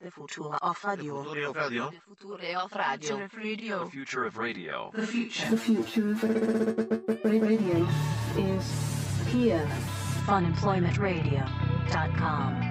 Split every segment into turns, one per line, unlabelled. The future of radio.
Future of radio.
The future of radio.
The future of radio.
The future.
The future of ra- ra- radio is here.
Funemploymentradio.com.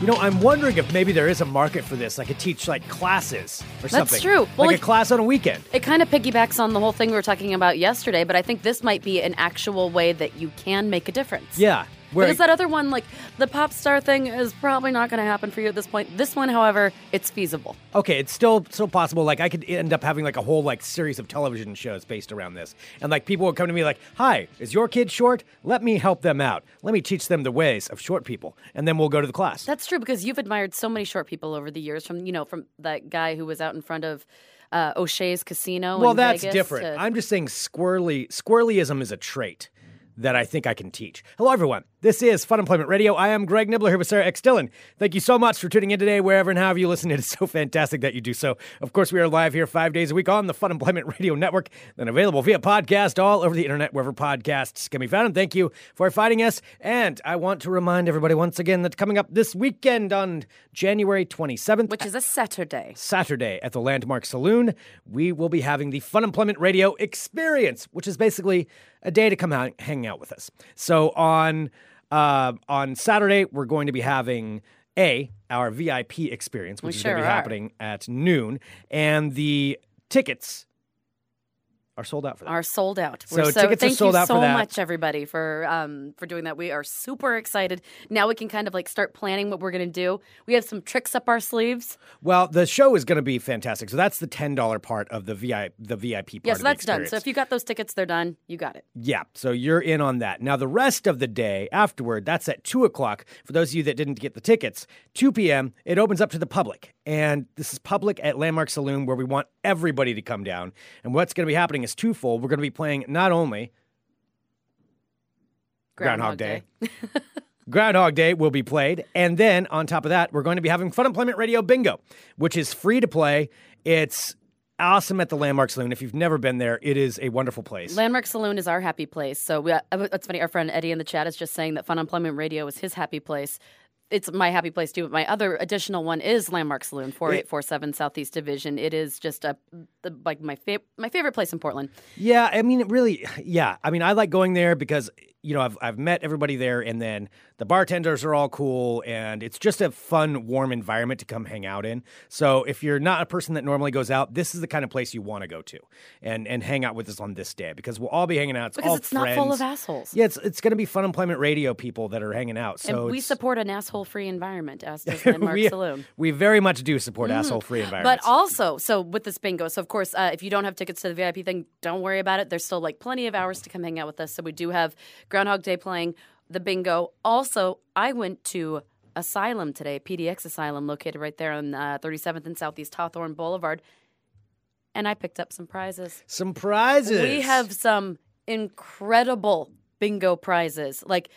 You know, I'm wondering if maybe there is a market for this. I could teach like classes or something.
true. Well,
like
like-
a class on a weekend.
It kind of piggybacks on the whole thing we were talking about yesterday, but I think this might be an actual way that you can make a difference.
Yeah. Where
because that other one, like the pop star thing, is probably not going to happen for you at this point. This one, however, it's feasible.
okay, it's still still possible. Like I could end up having like a whole like series of television shows based around this, and like people would come to me like, "Hi, is your kid short? Let me help them out. Let me teach them the ways of short people, and then we'll go to the class."
That's true because you've admired so many short people over the years, from you know, from that guy who was out in front of uh, O'Shea's casino.
well,
in
that's
Vegas
different.
to-
I'm just saying squirrely squirrelyism is a trait that I think I can teach. Hello, everyone. This is Fun Employment Radio. I am Greg Nibbler here with Sarah X. Dillon. Thank you so much for tuning in today, wherever and however you listen. It is so fantastic that you do so. Of course, we are live here five days a week on the Fun Employment Radio Network, then available via podcast all over the internet, wherever podcasts can be found. And thank you for finding us. And I want to remind everybody once again that coming up this weekend on January 27th,
which is a Saturday.
Saturday at the Landmark Saloon, we will be having the Fun Employment Radio Experience, which is basically a day to come out hang out with us. So on uh, on Saturday, we're going to be having a our VIP experience, which
We
is going to
sure
be
are.
happening at noon, and the tickets are sold out for that.
Are sold out.
So
We're
tickets are
thank
sold
you
out for
so
that.
much, everybody, for um, for doing that. We are super excited. Now we can kind of like start planning what we're going to do. We have some tricks up our sleeves.
well, the show is going to be fantastic. So that's the ten dollar part of the VIP the VIP part.
Yeah,
of the
so that's done. So
experience.
if you got those tickets, they're done. You got it.
Yeah, so you're in on that. Now, the rest of the day afterward, that's at 2 o'clock. For those of you that didn't get the tickets, 2 p.m., it opens up to the public. And this is public at Landmark Saloon where we want everybody to come down. And what's going to be happening is twofold. We're going to be playing not only Groundhog Day. Groundhog Day will be played. And then on top of that, we're going to be having Fun Employment Radio Bingo, which is free to play. It's awesome at the Landmark Saloon. If you've never been there, it is a wonderful place.
Landmark Saloon is our happy place. So we, uh, that's funny. Our friend Eddie in the chat is just saying that Fun Employment Radio is his happy place. It's my happy place too. But my other additional one is Landmark Saloon, four eight four seven Southeast Division. It is just a the, like my fa- my favorite place in Portland.
Yeah, I mean, it really, yeah. I mean, I like going there because you know I've I've met everybody there, and then the bartenders are all cool, and it's just a fun, warm environment to come hang out in. So if you're not a person that normally goes out, this is the kind of place you want to go to, and and hang out with us on this day because we'll all be hanging out. It's
Because
all
it's not full of
friends.
assholes.
Yeah, it's it's going to be fun employment radio people that are hanging out. So
and we
it's-
support an asshole free environment, as does Landmark
we,
Saloon.
we very much do support asshole free
Mm-hmm. But
environments.
also, so with this bingo, so of course, uh, if you don't have tickets to the VIP thing, don't worry about it. There's still like plenty of hours to come hang out with us. So we do have Groundhog Day playing the bingo. Also, I went to Asylum today, PDX Asylum, located right there on uh, 37th and Southeast Hawthorne Boulevard, and I picked up some prizes.
some prizes.
We have some incredible bingo prizes, like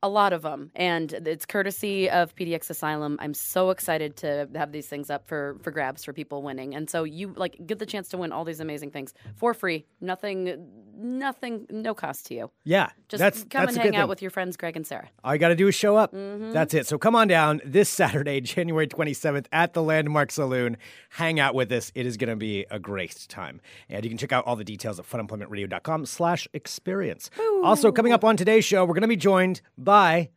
a lot of them, and it's courtesy of PDX Asylum. I'm so excited to have these things up for for grabs for people winning, and so you like get the chance to win all these amazing things for free. Nothing, nothing, no cost to you.
yeah.
Just
that's,
come
that's
and
a
hang
good
out
thing.
with your friends Greg and Sarah.
All you got to do is show up. That's it. So come on down this Saturday, January 27th at the Landmark Saloon. Hang out with us. It is going to be a great time. And you can check out all the details at funemploymentradio.com slash experience. Also, coming up on today's show, we're going to be joined by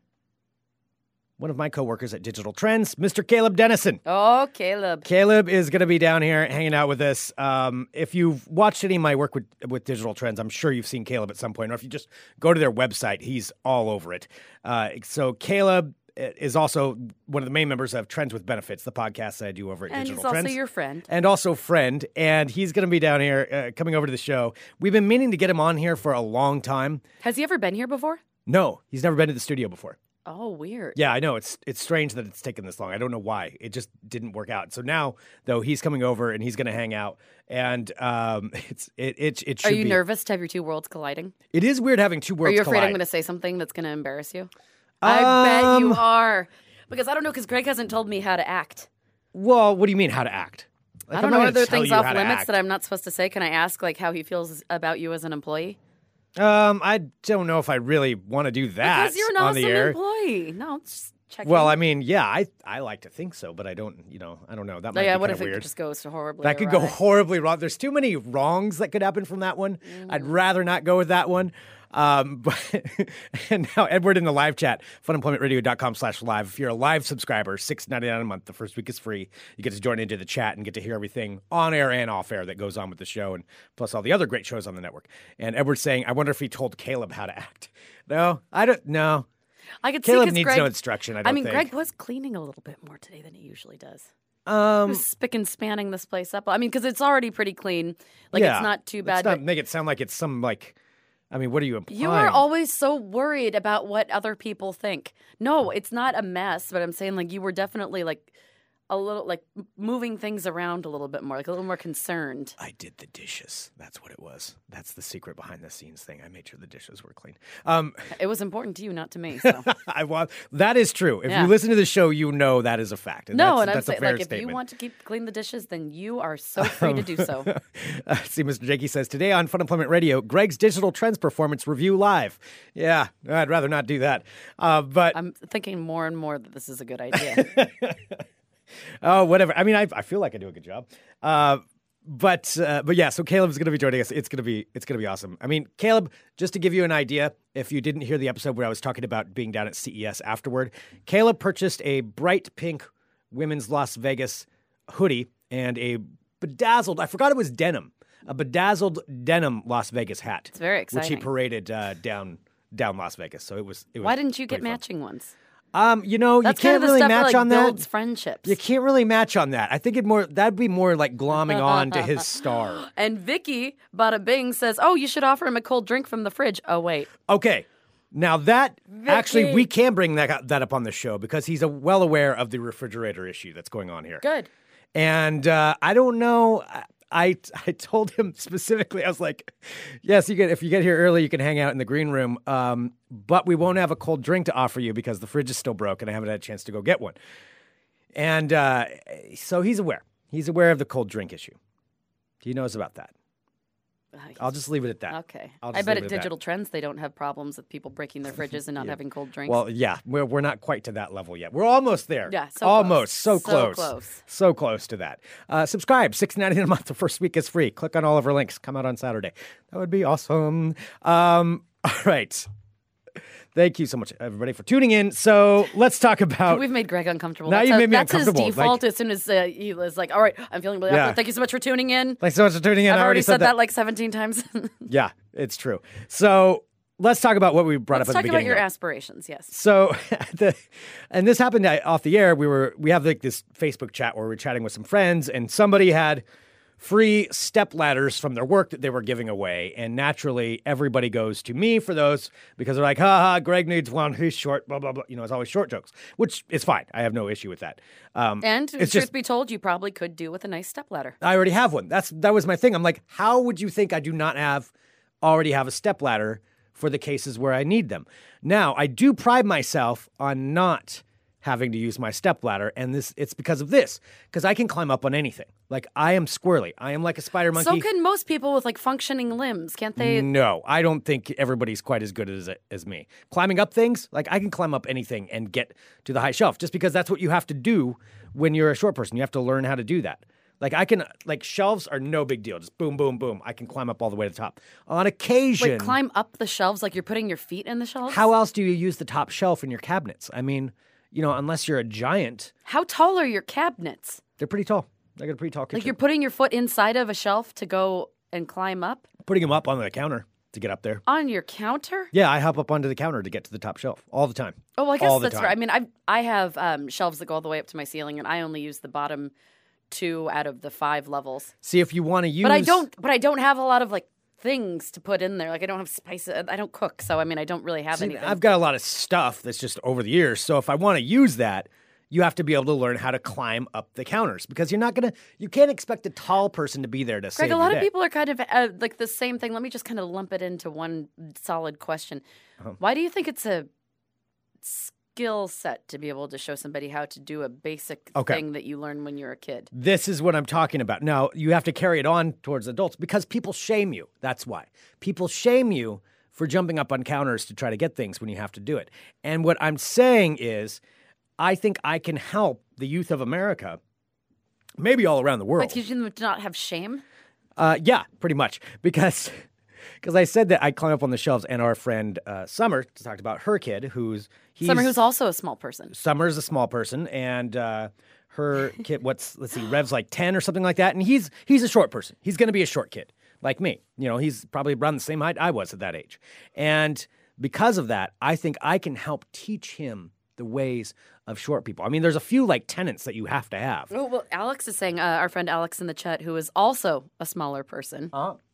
one of my coworkers at Digital Trends, Mr. Caleb Dennison.
Oh, Caleb.
Caleb is going to be down here hanging out with us. Um, if you've watched any of my work with, with Digital Trends, I'm sure you've seen Caleb at some point. Or if you just go to their website, he's all over it. Uh, so Caleb eh, is also one of the main members of Trends with Benefits, the podcast that I do over at
And
Digital
he's also
Trends
your friend.
and also friend, and he's going to be down here uh, coming over to the show. We've been meaning to get him on here for a long time.
Has he ever been here before?
No, he's never been to the studio before.
Oh, weird.
Yeah, I know. It's it's strange that it's taken this long. I don't know why. It just didn't work out. So now, though, he's coming over and he's going to hang out. And um, it's it it it should
Are you
be.
nervous to have your two worlds colliding?
It is weird having two
Are
worlds
you afraid I'm
collide.
going to say something that's going to embarrass you? I bet
Um,
you are. Because I don't know, because Greg hasn't told me how to act.
Well, what do you mean how to act? Like,
I
I'm
don't
not
know.
gonna
Are there
tell
things
you
off
how to
limits
act.
that I'm not supposed to say? Can I ask, like, how he feels about you as an employee?
Um, I don't know if I really want to do that
Because you're an
on
awesome
the air.
employee. No, just check?
Well,
in?
I mean, yeah, I I like to think so, but I don't. You know, I don't know. That might
Like, Oh, yeah,
be
what
kind
if
of weird.
it just goes horribly?
that could go
awry?
horribly wrong. There's too many wrongs that could happen from that one. I'd
Mm.
rather not go with that one. Um, but, and now Edward in the live chat, funemploymentradio.com slash live. If you're a live subscriber, six ninety nine a month. The first week is free. You get to join into the chat and get to hear everything on air and off air that goes on with the show, and plus all the other great shows on the network. And Edward's saying, I wonder if he told Caleb how to act. No, I don't. No,
I could see
Caleb
'cause
needs
Greg,
no instruction. I
I
don't
mean,
think.
Greg was cleaning a little bit more today than he usually does. He
um,
was spick and spanning this place up. I mean, because it's already pretty clean. Like
yeah.
it's not too
Let's
bad.
not make it sound like it's some like. I mean, what are you implying?
You are always so worried about what other people think. No, it's not a mess, but I'm saying like you were definitely like a little like m- moving things around a little bit more, like a little more concerned.
I did the dishes. That's what it was. That's the secret behind the scenes thing. I made sure the dishes were clean. Um,
It was important to you, not to me. So.
I was. That is true. If
Yeah.
you listen to the show, you know that is a fact. And
no,
that's,
and I'm
that's a
saying
fair
like if
statement.
you want to keep clean the dishes, then you are so free to do so.
Uh, see, Mr. Jakey says today on Fun Employment Radio, Greg's digital trends performance review live. Yeah, I'd rather not do that. Uh, but
I'm thinking more and more that this is a good idea.
Oh, whatever. I mean, I, I feel like I do a good job. Uh, but uh, but yeah, so Caleb's going to be joining us. It's going to be it's going to be awesome. I mean, Caleb, just to give you an idea, if you didn't hear the episode where I was talking about being down at CES afterward, Caleb purchased a bright pink women's Las Vegas hoodie and a bedazzled. I forgot it was denim. A bedazzled denim Las Vegas hat. It's
very
Which
exciting.
he paraded uh, down down Las Vegas. So it was. It was
Why didn't you get
pretty fun.
matching ones?
Um, you know,
That's
you can't
kind of the
really
stuff
match
that like,
on that.
builds friendships.
You can't really match on that. I think it more that'd be more like glomming on to his star.
And Vicky Bada Bing says, "Oh, you should offer him a cold drink from the fridge." Oh wait,
Okay. Now that actually
Vicky.
we can bring that that up on the show because he's a, well aware of the refrigerator issue that's going on here.
good.
And uh, I don't know I- I I told him specifically I was like, "Yes, you get if you get here early, you can hang out in the green room, um, but we won't have a cold drink to offer you because the fridge is still broke and I haven't had a chance to go get one." And uh, so he's aware. He's aware of the cold drink issue. He knows about that. I'll just leave it at that.
Uh, Okay.
I'll
I
just
bet
leave
at
it at that.
Digital Trends they don't have problems with people breaking their fridges and not having cold drinks.
Well, yeah, we're, we're not quite to that level yet. We're almost there.
Yeah, so
almost so
close. So
close,
close.
so close to that. Uh, subscribe six ninety nine a month. The first week is free. Click on all of our links. Come out on Saturday. That would be awesome. Um, all right. Thank you so much, everybody, for tuning in. So let's talk about.
We've made Greg uncomfortable.
Now
that's
you
how-
made me
that's
uncomfortable,
his
like-
default as soon as uh, he was like, all right, I'm feeling really
Yeah.
awkward. Thank you so much for tuning in.
Thanks so much for tuning in.
I've
I
already said
said
that like 17 times.
yeah, it's true. So let's talk about what we brought
Let's
up at
talk
the
about
beginning.
your
there.
aspirations. Yes.
So, the, and this happened uh, off the air. We were we have like this Facebook chat where we're chatting with some friends, and somebody had free step ladders from their work that they were giving away, and naturally everybody goes to me for those because they're like, "Ha ha, Greg needs one. He's short." Blah blah blah. You know, it's always short jokes, which is fine. I have no issue with that. Um,
And truth
it's just
be told, you probably could do with a nice stepladder.
I already have one. That's that was my thing. I'm like, how would you think I do not have already have a step ladder for the cases where I need them? Now, I do pride myself on not having to use my step ladder, and this it's because of this because I can climb up on anything. Like I am squirrely. I am like a spider monkey.
So can most people with like functioning limbs, can't they?
No, I don't think everybody's quite as good as as me. Climbing up things, like I can climb up anything and get to the high shelf, just because that's what you have to do when you're a short person. You have to learn how to do that. Like I can, like shelves are no big deal. Just boom, boom, boom. I can climb up all the way to the top. On occasion,
Like climb up the shelves, like you're putting your feet in the shelves.
how else do you use the top shelf in your cabinets? I mean, you know, unless you're a giant,
How tall are your cabinets?
they're pretty tall. They got a pretty tall kitchen.
Like you're putting your foot inside of a shelf to go and climb up
putting them up on the counter to get up there.
on your counter.
Yeah, I hop up onto the counter to get to the top shelf all the time.
Oh, well, I guess
All the
that's
time.
right. I mean, I I have um, shelves that go all the way up to my ceiling, and I only use the bottom two out of the five levels.
See if you want to use.
But I don't. But I don't have a lot of like things to put in there. Like I don't have spices. I don't cook, so I mean, I don't really have
See,
anything.
I've got a lot of stuff that's just over the years. So if I want to use that, you have to be able to learn how to climb up the counters because you're not gonna, you can't expect a tall person to be there to save
Greg, a
your
lot of
day.
people are kind of uh, like the same thing. Let me just kind of lump it into one solid question.
Uh-huh.
Why do you think it's a skill set to be able to show somebody how to do a basic
Okay.
thing that you learn when you're a kid?
This is what I'm talking about. Now you have to carry it on towards adults because people shame you. That's why people shame you for jumping up on counters to try to get things when you have to do it. And what I'm saying is, I think I can help the youth of America, maybe all around the world.
Like, teaching them to not have shame.
Uh, yeah, pretty much because because I said that I climb up on the shelves, and our friend uh, Summer talked about her kid, who's he's,
Summer, who's also a small person.
Summer's a small person, and uh, her kid, what's let's see, Rev's like ten or something like that, and he's he's a short person. He's going to be a short kid like me. You know, he's probably around the same height I was at that age, and because of that, I think I can help teach him the ways of short people. I mean, there's a few like tenants that you have to have.
Oh, well, Alex is saying, uh, our friend Alex in the chat, who is also a smaller person.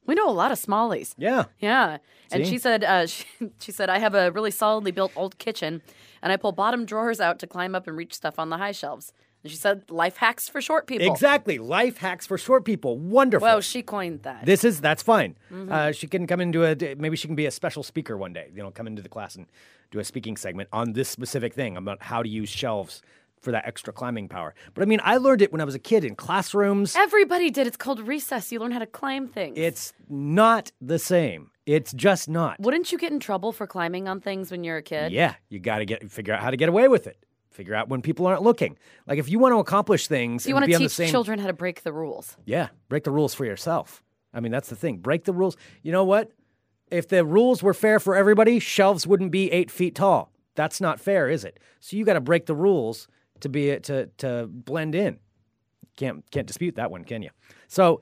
We know a lot of smallies.
Uh-huh. Yeah.
Yeah. And she said, uh, she, she said, I have a really solidly built old kitchen, and I pull bottom drawers out to climb up and reach stuff on the high shelves. And she said, life hacks for short people.
Exactly. Life hacks for short people. Wonderful.
Well, she coined that.
This is that's fine.
Mm-hmm.
Uh, she can come into a maybe she can be a special speaker one day. You know, come into the class and do a speaking segment on this specific thing about how to use shelves for that extra climbing power. But I mean, I learned it when I was a kid in classrooms.
Everybody did. It's called recess. You learn how to climb things.
It's not the same. It's just not.
Wouldn't you get in trouble for climbing on things when you're a kid?
Yeah, you got to get figure out how to get away with it. Figure out when people aren't looking. Like if you want to accomplish things,
You
and
want
be
to
on the
teach
same
children how to break the rules.
Yeah, break the rules for yourself. I mean, that's the thing. Break the rules. You know what? If the rules were fair for everybody, shelves wouldn't be eight feet tall. That's not fair, is it? So you got to break the rules to be to to blend in. Can't can't dispute that one, can you? So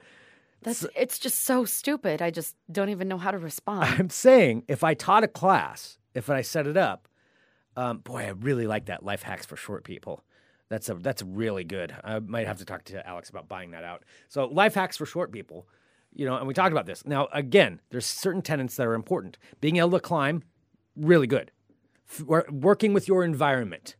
That's it's just so stupid. I just don't even know how to respond.
I'm saying if I taught a class, if I set it up, um, boy, I really like that life hacks for short people. That's a that's really good. I might have to talk to Alex about buying that out. So life hacks for short people, you know, and we talked about this. Now again, there's certain tenets that are important. Being able to climb, really good. F- wor- working with your environment,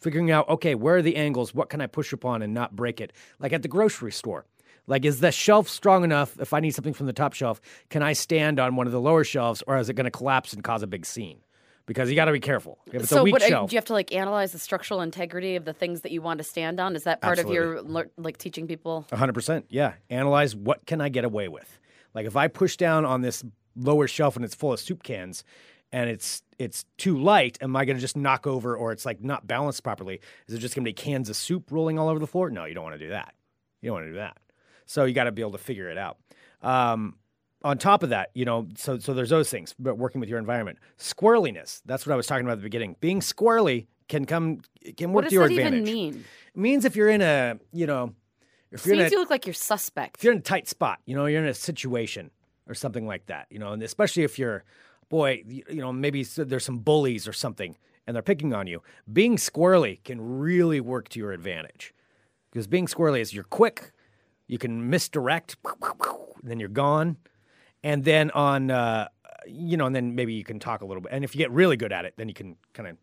figuring out okay, where are the angles? What can I push upon and not break it? Like at the grocery store. Like, is the shelf strong enough? If I need something from the top shelf, can I stand on one of the lower shelves, or is it going to collapse and cause a big scene? Because you got to be careful. If it's a
so,
weak
what, uh,
shelf,
do you have to like analyze the structural integrity of the things that you want to stand on? Is that part of your lear- like teaching people?
hundred percent. Yeah. Analyze what can I get away with. Like if I push down on this lower shelf and it's full of soup cans, and it's it's too light, am I going to just knock over, or it's like not balanced properly? Is it just going to be cans of soup rolling all over the floor? No, you don't want to do that. You don't want to do that. So you got to be able to figure it out. Um, on top of that, you know, so so there's those things, but working with your environment, squirreliness. That's what I was talking about at the beginning. Being squirrely can come can work
what does
to your
that
advantage.
even mean?
It means if you're in a you know if you're in a,
Seems you look like you're suspect.
if you're in a tight spot, you know, you're in a situation or something like that, you know, and especially if you're, boy, you, you know, maybe s- there's some bullies or something and they're picking on you, being squirrely can really work to your advantage. Because being squirrely is you're quick, you can misdirect, and then you're gone. And then on, uh, you know, and then maybe you can talk a little bit. And if you get really good at it, then you can kind of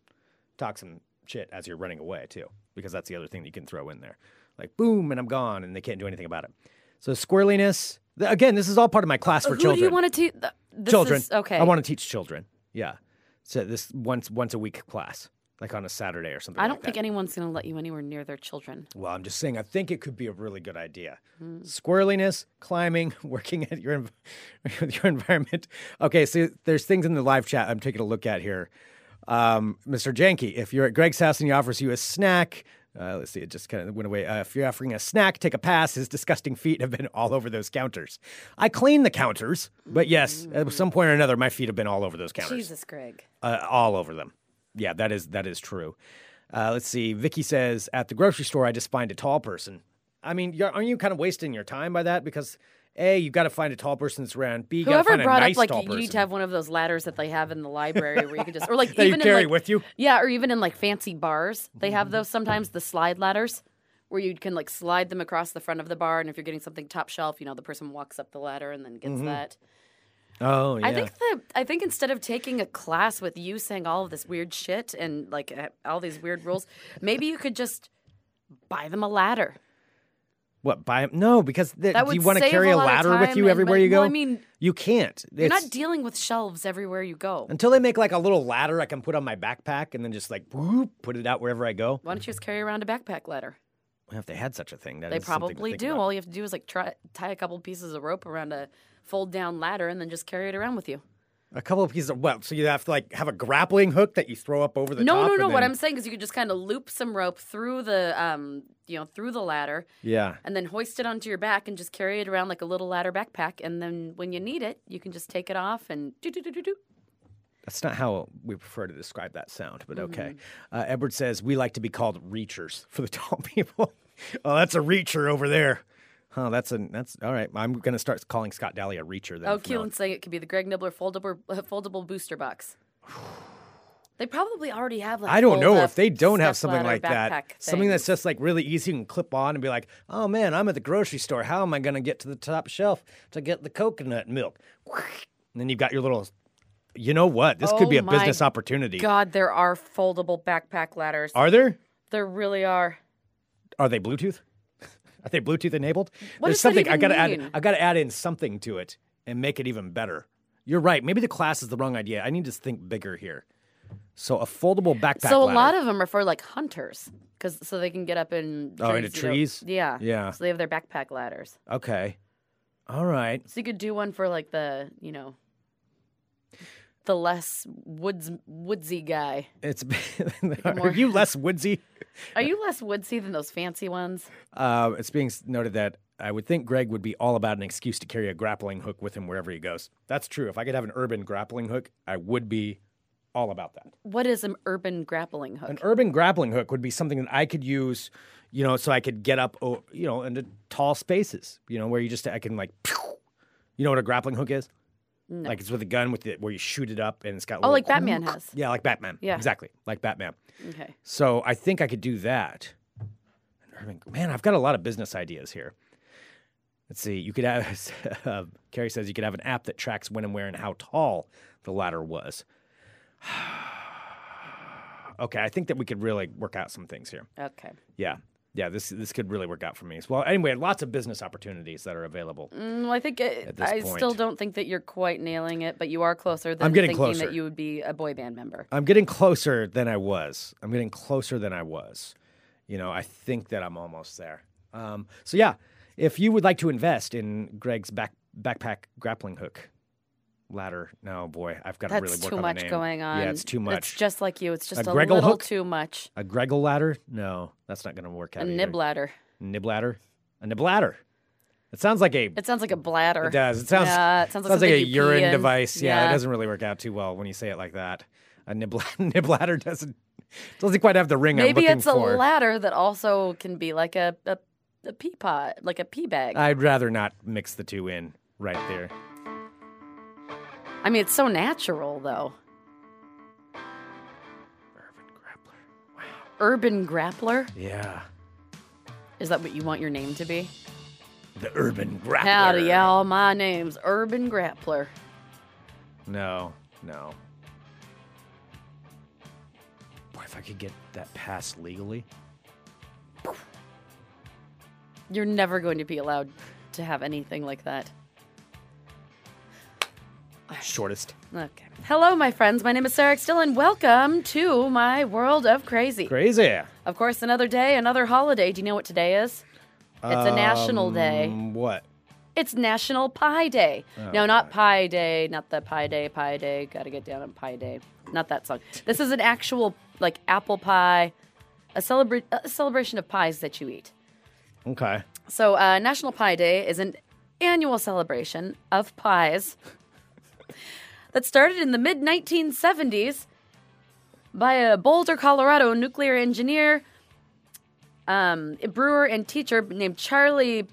talk some shit as you're running away too, because that's the other thing that you can throw in there. Like boom, and I'm gone, and they can't do anything about it. So squirreliness. th- Again, this is all part of my class for
Uh, Who
children.
do you want to teach? This
children.
Is, okay.
I want to teach children. Yeah. So this once once a week class, like on a Saturday or something.
I don't
like
think
that.
anyone's going to let you anywhere near their children.
Well, I'm just saying. I think it could be a really good idea. Squirreliness, climbing, working at your env- with your environment. Okay, so there's things in the live chat I'm taking a look at here. Um, Mr. Janky, if you're at Greg's house and he offers you a snack, uh, let's see, it just kind of went away. Uh, if you're offering a snack, take a pass. His disgusting feet have been all over those counters. I clean the counters, but yes, at some point or another, my feet have been all over those counters
Jesus, Greg.
uh, all over them. Yeah, that is that is true. Uh, let's see. Vicky says at the grocery store, I just find a tall person. I mean, you're, aren't you kind of wasting your time by that? Because a, you got to find a tall person that's around. B, you got to
Whoever
find
brought
a nice
up like
tall
you
person
need to have one of those ladders that they have in the library where you can just or like
that you
even
carry
in, like,
with you. Mm-hmm.
Yeah, or even in like fancy bars, they have those sometimes the slide ladders where you can like slide them across the front of the bar, and if you're getting something top shelf, you know the person walks up the ladder and then gets that.
Oh, Mm-hmm. yeah.
I think that I think instead of taking a class with you saying all of this weird shit and like uh, all these weird rules, maybe you could just buy them a ladder.
what buy? No, because th-
That
do you
would
want to
save
carry
a
a
lot of
ladder with
time
you
and-
everywhere you go?
well, I mean,
you can't.
You're
It's-
not dealing with shelves everywhere you go.
until they make like a little ladder I can put on my backpack and then just like whoop, put it out wherever I go.
Why don't you just carry around a backpack ladder?
Well, if they had such a thing, that
They
is something to
probably
think
do.
about.
All you have to do is like try, tie a couple pieces of rope around a fold down ladder and then just carry it around with you.
A couple of pieces of well, so you have to like have a grappling hook that you throw up over the
no,
top.
no,
and
no. What
then-
I'm saying is you could just kind of loop some rope through the, um, you know, through the ladder,
yeah,
and then hoist it onto your back and just carry it around like a little ladder backpack. And then when you need it, you can just take it off and do do do do do.
that's not how we prefer to describe that sound, but okay.
Mm-hmm.
Uh, Edward says we like to be called reachers for the tall people. oh, that's a reacher over there. Huh, that's a that's all right. I'm gonna start calling Scott Daly a reacher then.
Oh,
from now on.
Keelan's saying it could be the Greg Nibbler foldable uh, foldable booster box. They probably already have like
I don't know
fold-up
if they don't have
step
something
ladder
like that.
backpack
Something that's
things.
just like really easy you can clip on and be like, oh man, I'm at the grocery store. How am I going to get to the top shelf to get the coconut milk? And then you've got your little, you know what? This could be
Oh,
a
my
business opportunity.
God, there are foldable backpack ladders.
Are there?
there really are.
Are they Bluetooth? Are they Bluetooth enabled?
What
There's
does that
something I
even
gotta
mean?
add. I gotta add in something to it and make it even better. You're right. Maybe the class is the wrong idea. I need to think bigger here. So a foldable backpack.
so a
ladder.
lot of them are for like hunters, because so they can get up in
Oh, into
you know.
trees?
Yeah,
Yeah.
So they have their backpack ladders.
Okay. All right.
So you could do one for like the you know, the less woods woodsy guy.
It's
more-
are you less woodsy?
Are you less woodsy than those fancy ones?
Uh, it's being s- noted that I would think Greg would be all about an excuse to carry a grappling hook with him wherever he goes. That's true. If I could have an urban grappling hook, I would be all about that.
What is an urban grappling hook?
An urban grappling hook would be something that I could use, you know, so I could get up, o- you know, into tall spaces, you know, where you just I can like, pew. you know what a grappling hook is? Like it's with a gun with it where you shoot it up and it's got
oh,
little-
like Batman has.
Yeah, like Batman.
Yeah.
exactly, like Batman.
Okay.
So I think I could do that. And Irving- Man, I've got a lot of business ideas here. Let's see. You could have, uh, Carrie says, you could have an app that tracks when and where and how tall the ladder was. okay, I think that we could really work out some things here.
Okay.
Yeah. Yeah, this this could really work out for me as well. Anyway, lots of business opportunities that are available.
Mm, well, I think it,
At this
I
point.
still don't think that you're quite nailing it, but you are closer than
getting
thinking
closer.
that you would be a boy band member.
I'm getting closer than I was. I'm getting closer than I was. You know, I think that I'm almost there. Um, so yeah, if you would like to invest in Greg's back backpack grappling hook ladder, no boy, I've got
That's
to really work
too
on the
much
name.
going on.
Yeah, it's too much.
It's just like you. It's just a,
Greggle
little
hook?
too much.
a Greggle ladder? No, that's not going to work out.
A
either.
nib ladder.
Nib ladder. A nib ladder. It sounds like a.
It sounds like a bladder.
It does. It sounds.
Yeah, it sounds like
a
something you pee
urine
in.
device. Yeah,
Yeah.
it doesn't really work out too well when you say it like that. A nib, nib ladder doesn't doesn't quite have the ring I'm
Maybe
looking
it's a
for.
ladder that also can be like a, a, a pea pot, like a pea bag.
I'd rather not mix the two in right there.
I mean, it's so natural though. Urban grappler?
Yeah.
Is that what you want your name to be?
The urban grappler.
Howdy, y'all. My name's Urban Grappler.
No, no. Boy, if I could get that passed legally.
You're never going to be allowed to have anything like that.
Shortest.
Okay. Hello, my friends. My name is Sarah Still, and welcome to my world of crazy.
Crazy.
Of course, another day, another holiday. Do you know what today is? It's a national day.
Um, What?
It's National Pie Day. no, not Pie Day. Not the Pie Day. Pie Day. Got to get down on Pie Day. Not that song. This is an actual like apple pie, a, celebra- a celebration of pies that you eat.
Okay.
So, uh, National Pie Day is an annual celebration of pies that started in the mid 1970s by a Boulder, Colorado nuclear engineer, um, brewer, and teacher named Charlie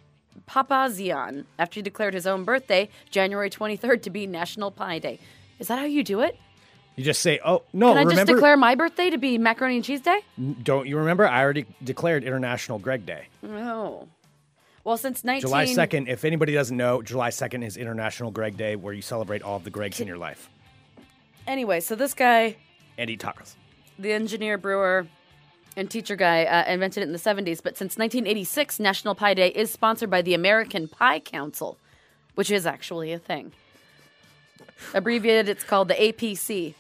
Papazian after he declared his own birthday, January 23rd, to be National Pie Day. Is that how you do it?
You just say, oh, no,
Can I
remember?
just declare my birthday to be Macaroni and Cheese Day?
Don't you remember? I already declared International Greg Day.
No. Well, since 19-
July 2nd, if anybody doesn't know, July 2nd is International Greg Day where you celebrate all of the Gregs in your life
Anyway, so this guy
and eat tacos.
the engineer, brewer, and teacher guy uh, invented it in the 70s, but since 1986, National Pie Day is sponsored by the American Pie Council, which is actually a thing. Abbreviated, it's called the APC.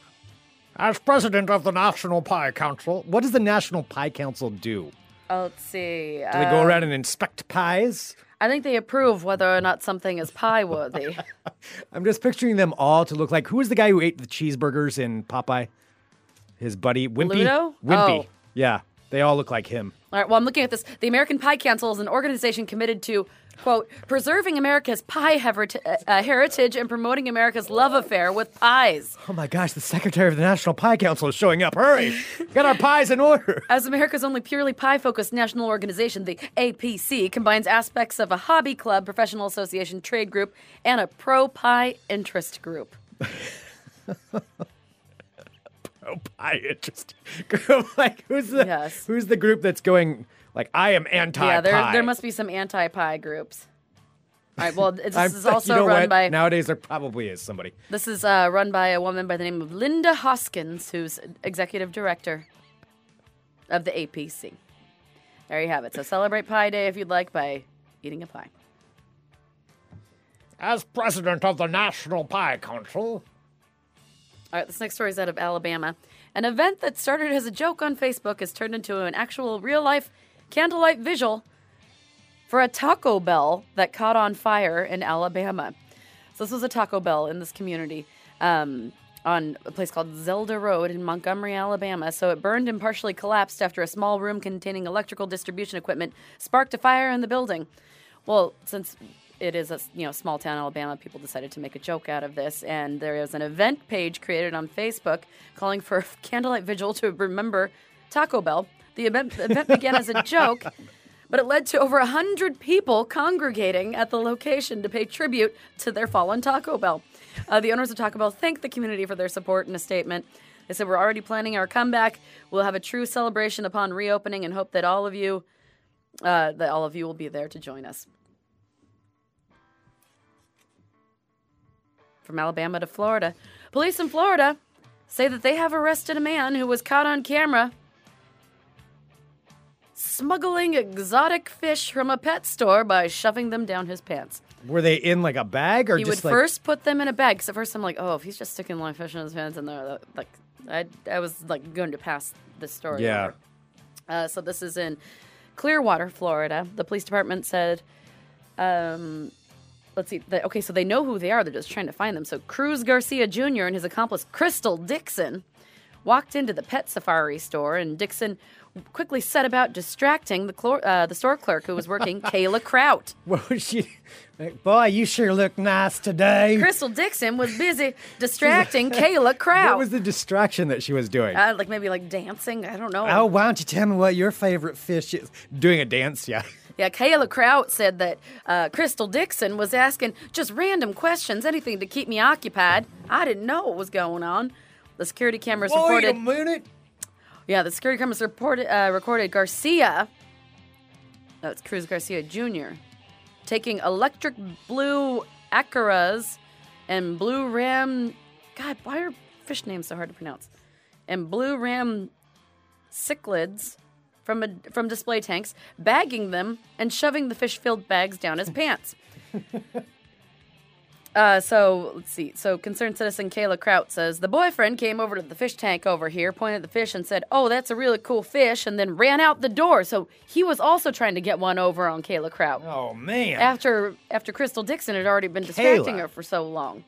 As president of the National Pie Council, what does the National Pie Council do?
Oh, let's see.
Uh, Do they go around and inspect pies?
I think they approve whether or not something is pie worthy.
I'm just picturing them all to look like who was the guy who ate the cheeseburgers in Popeye? His buddy Wimpy.
Bluto?
Wimpy.
Oh.
Yeah, they all look like him.
All right, well, I'm looking at this. The American Pie Council is an organization committed to, quote, preserving America's pie heverit- uh, uh, heritage and promoting America's love affair with pies.
Oh my gosh, the secretary of the National Pie Council is showing up. Hurry, get our pies in order.
As America's only purely pie focused national organization, the APC combines aspects of a hobby club, professional association, trade group, and a pro pie interest group.
Oh, pie interest. like who's the
Yes.
who's the group that's going like I am anti
yeah, there, there must be some anti pie groups. All right, well, this is also
you know
run
what?
by.
nowadays there probably is somebody.
This is uh, run by a woman by the name of Linda Hoskins, who's executive director of the APC. There you have it. So celebrate Pie Day if you'd like by eating a pie.
As president of the National Pie Council,
All right, this next story is out of Alabama. An event that started as a joke on Facebook has turned into an actual real life candlelight vigil for a Taco Bell that caught on fire in Alabama. So, this was a Taco Bell in this community um, on a place called Zelda Road in Montgomery, Alabama. So, it burned and partially collapsed after a small room containing electrical distribution equipment sparked a fire in the building. Well, since it is a you know small town Alabama, people decided to make a joke out of this, and there is an event page created on Facebook calling for a candlelight vigil to remember Taco Bell. The event, the event began as a joke, but it led to over hundred people congregating at the location to pay tribute to their fallen Taco Bell. Uh, the owners of Taco Bell thanked the community for their support in a statement. They said, "We're already planning our comeback. We'll have a true celebration upon reopening, and hope that all of you." Uh, that all of you will be there to join us. from Alabama to Florida. Police in Florida say that they have arrested a man who was caught on camera smuggling exotic fish from a pet store by shoving them down his pants.
were they in like a bag or
He
just
would
like
first put them in a bag. Because at first I'm like, oh, if he's just sticking live fish in his pants in there, that- like I, I was like going to pass this story.
yeah?
over. Uh, so this is in Clearwater, Florida. The police department said, um, let's see, that, okay, so they know who they are. They're just trying to find them. So Cruz Garcia Jr. and his accomplice Crystal Dixon walked into the pet safari store, and Dixon quickly set about distracting the clor- uh, the store clerk who was working, Kayla Kraut.
What was she? Like, Boy, you sure look nice today.
Crystal Dixon was busy distracting Kayla Kraut.
what was the distraction that she was doing?
uh, like maybe like dancing. I don't know.
Oh, why don't you tell me what your favorite fish is? Doing a dance, yeah.
Yeah, Kayla Kraut said that uh, Crystal Dixon was asking just random questions, anything to keep me occupied. I didn't know what was going on. The security cameras reported.
minute.
yeah, the security cameras reported uh, recorded Garcia. No, it's Cruz Garcia Jr. taking electric blue Acaras and blue ram. God, why are fish names so hard to pronounce? And blue ram cichlids from a, from display tanks, bagging them and shoving the fish-filled bags down his pants. Uh, so let's see. So concerned citizen Kayla Kraut says the boyfriend came over to the fish tank over here, pointed at the fish, and said, "Oh, that's a really cool fish," and then ran out the door. So he was also trying to get one over on Kayla Kraut
Oh man.
after after Crystal Dixon had already been distracting
Kayla.
her for so long.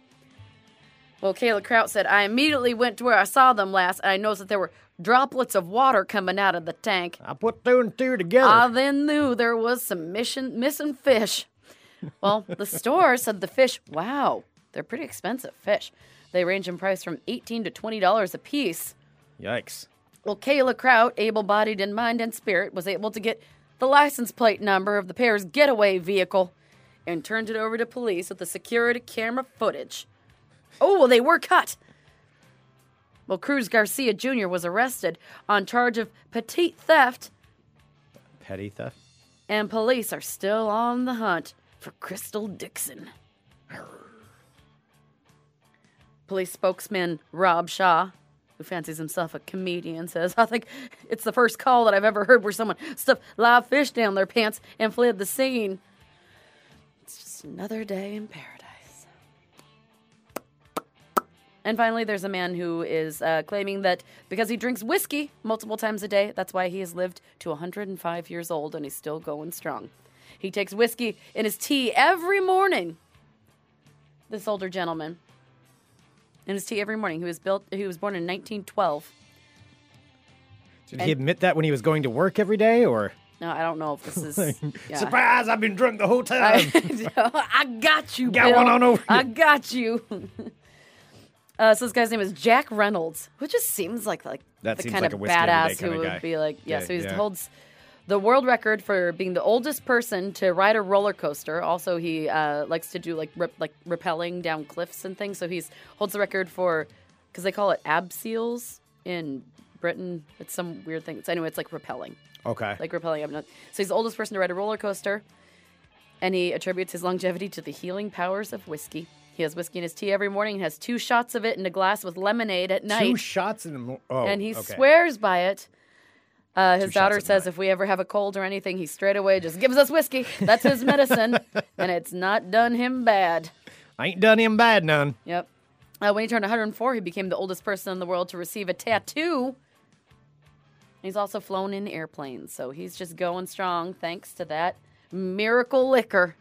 Well, Kayla Kraut said, I immediately went to where I saw them last, and I noticed that there were droplets of water coming out of the tank.
I put two and two together.
I Ah, then knew there was some mission, missing fish. Well, the store said the fish, wow, they're pretty expensive fish. They range in price from 18 to $20 a piece.
Yikes.
Well, Kayla Kraut, able bodied in mind and spirit, was able to get the license plate number of the pair's getaway vehicle and turned it over to police with the security camera footage. Oh, well, they were cut. Well, Cruz Garcia Jr. was arrested on charge of petite theft,
Petty theft.
and police are still on the hunt for Crystal Dixon. Police spokesman Rob Shaw, who fancies himself a comedian, says, I think it's the first call that I've ever heard where someone stuffed live fish down their pants and fled the scene. It's just another day in paradise. And finally, there's a man who is uh, claiming that because he drinks whiskey multiple times a day, that's why he has lived to 105 years old and he's still going strong. He takes whiskey in his tea every morning. This older gentleman in his tea every morning. He was built. He was born in 1912.
Did he admit that when he was going to work every day, or
No, I don't know if this is. yeah.
surprise? I've been drunk the whole time.
I, I got you.
Got
Bill.
one on over
I
you.
got you. uh, so this guy's name is Jack Reynolds, which just seems like like
That
the
seems
kind
like a
of
whiskey every day
badass who
kinda
would
guy.
be like, yeah.
Yeah,
so he
yeah.
holds the world record for being the oldest person to ride a roller coaster. Also, he uh, likes to do like rip, like rappelling down cliffs and things. So he's holds the record for because they call it abseils in Britain. It's some weird thing. So anyway, it's like rappelling
okay.
like repelling up. So he's the oldest person to ride a roller coaster, and he attributes his longevity to the healing powers of whiskey. He has whiskey in his tea every morning and has two shots of it in a glass with lemonade at
Two
night,
shots in the mo- oh,
and he
okay.
swears by it. Uh, his
shots
daughter
at
says
night.
if we ever have a cold or anything, he straight away just gives us whiskey. That's his medicine, and it's not done him bad.
I ain't done him bad none.
Yep. Uh, when he turned 104, he became the oldest person in the world to receive a tattoo. He's also flown in airplanes, so he's just going strong thanks to that miracle liquor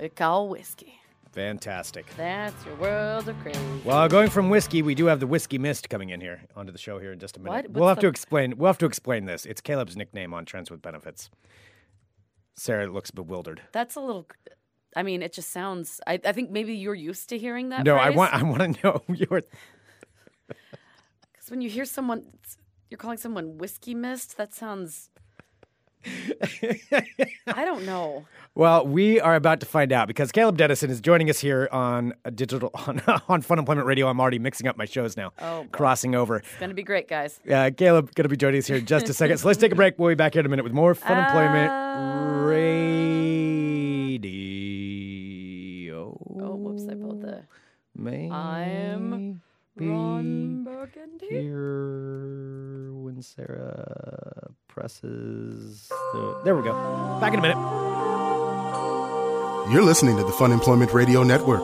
we call whiskey.
Fantastic.
That's your world of crazy.
Well, uh, going from whiskey, we do have the whiskey mist coming in here onto the show here in just a minute.
What?
We'll
What's
have
the-
to explain. We'll have to explain this. It's Caleb's nickname on Trends with Benefits. Sarah looks bewildered.
That's a little. I mean, it just sounds. I, I think maybe you're used to hearing that.
No, I
phrase,
want. I want to know your.
'cause when you hear someone, you're calling someone whiskey mist. That sounds. I don't know.
Well, we are about to find out because Caleb Dennison is joining us here on a digital on, on Fun Employment Radio. I'm already mixing up my shows now,
Oh, boy.
crossing over.
It's gonna be great, guys.
Uh, Caleb going to be joining us here in just a second. So let's take a break. We'll be back here in a minute with more Fun Employment
Ah.
Radio.
Oh, whoops! I pulled the.
May
I'm
be
Ron Burgundy.
here when Sarah presses. The... There we go. Back in a minute.
You're listening to the Fun Employment Radio Network.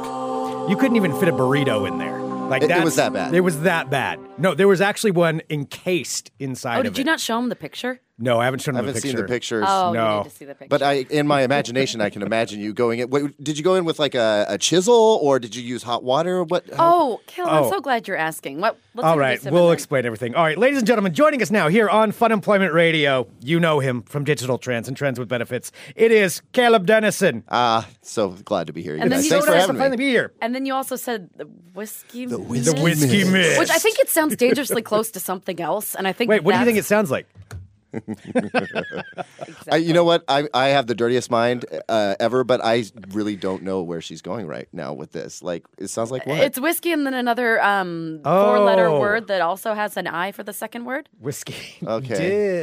You couldn't even fit a burrito in there. Like
It- it
that's-
was that bad.
It was that bad. No, there was actually one encased inside of
Oh, did you
it.
not show him the picture?
No, I haven't shown
I
him the
haven't
picture.
seen the pictures.
Oh, you
No. uh,
need to see the picture.
But I, in my imagination, I can imagine you going in. What, did you go in with like a, a chisel, or did you use hot water? What?
oh, Caleb, I'm
Oh.
so glad you're asking. What? Let's
All right,
introduce him
we'll
and then-
explain everything. All right, ladies and gentlemen, joining us now here on Fun Employment Radio, you know him from Digital Trends and Trends with Benefits. It is Caleb Dennison.
Ah, so glad to be here. You
And then
guys.
you
Thanks
go
for
to-
having
finally
me.
be here.
And then you also said the whiskey. The
whiskey
The whiskey
Mist.
mist.
Which I think it sounds dangerously close to something else, and I think.
Wait, what do you think it
that's-
sounds like?
I, you know what? I, I have the dirtiest mind uh, ever, but I really don't know where she's going right now with this. Like, it sounds like what?
It's whiskey and then another um, four-letter
Oh.
word that also has an I for the second word.
Whiskey.
Okay.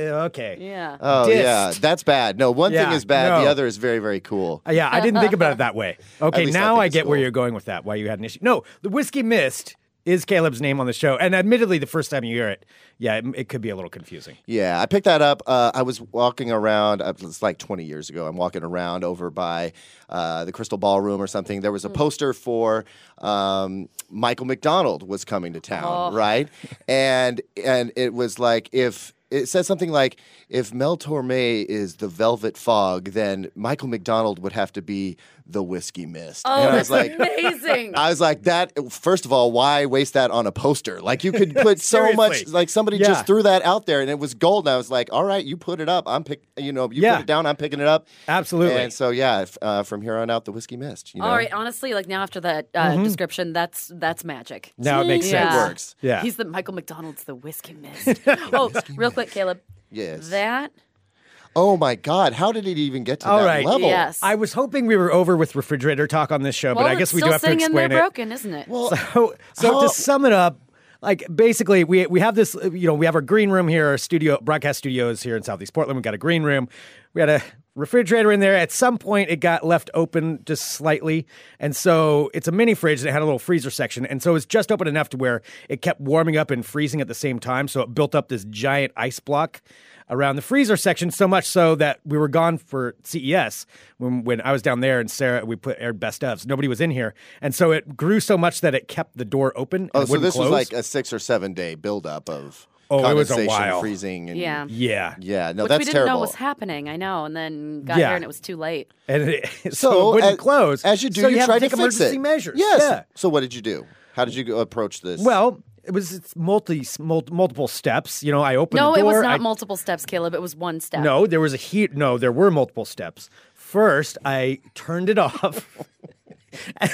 Di- okay.
Yeah.
oh yeah,
dissed.
that's bad. No, one
Yeah,
thing is bad.
no.
The other is very very cool.
Uh, Yeah, I didn't think about it that way. Okay,
least I
now
think
I
it's
get where
cool.
you're going with that, why you had an issue. No, the Whiskey Mist is Caleb's name on the show. And admittedly, the first time you hear it, yeah, it, it could be a little confusing.
Yeah, I picked that up. Uh, I was walking around. uh, It's like 20 years ago. I'm walking around over by uh, the Crystal Ballroom or something. There was a poster for um, Michael McDonald was coming to town, right? And and it was like if it said something like if Mel Torme is the Velvet Fog, then Michael McDonald would have to be the Whiskey Mist.
Oh,
and I was like.
that's amazing.
I was like that. First of all, why waste that on a poster? Like you could put so much.
Seriously.
Like somebody
Yeah.
just threw that out there, and it was gold. And I was like, all right, you put it up. I'm pick. You know, you
Yeah.
put it down. I'm picking it up.
Absolutely.
And so yeah, if, uh, from here on out, the whiskey mist. You know,
All right, honestly, like now after that uh, description, that's that's magic.
Mm-hmm. Now it makes sense.
It works.
Yeah.
He's the Michael McDonald's the whiskey mist. oh, real quick, Caleb.
Yes.
That
Oh my God, how did it even get to
All
that
right.
level?
Yes.
I was hoping we were over with refrigerator talk on this show,
well,
but I guess
it's
we do
still
have to
sitting in there
explain it.
broken, isn't it?
Well,
So, so
How-
to sum it up, like basically, we we have this, uh, you know, we have our green room here, our studio, broadcast studios here in Southeast Portland. We got a green room. We had a refrigerator in there. At some point, it got left open just slightly, and so it's a mini fridge that had a little freezer section, and so it was just open enough to where it kept warming up and freezing at the same time. So it built up this giant ice block around the freezer section so much so that we were gone for CES when, when I was down there and Sarah we put aired best ofs. Nobody was in here, and so it grew so much that it kept the door open. And
oh,
it
so
wouldn't
this was
close.
like a six or seven day buildup of.
Oh, it was a
condensation
while.
freezing. And
Yeah.
Yeah.
Yeah, no,
Which
that's
we didn't
terrible.
know was happening. I know, and then got
Yeah.
here and it was too late.
And it, so,
so
it wouldn't
as,
close.
As you do,
so
you,
have
try to
to take
fix
emergency
it.
measures.
Yes.
Yeah.
So what did you do? How did you go- approach this?
Well, it was it's multi mul- multiple steps. You know, I opened
No,
the
it
door.
was not
I-
multiple steps, Caleb. It was one step.
No, there was a heat. No, there were multiple steps. First, I turned it off.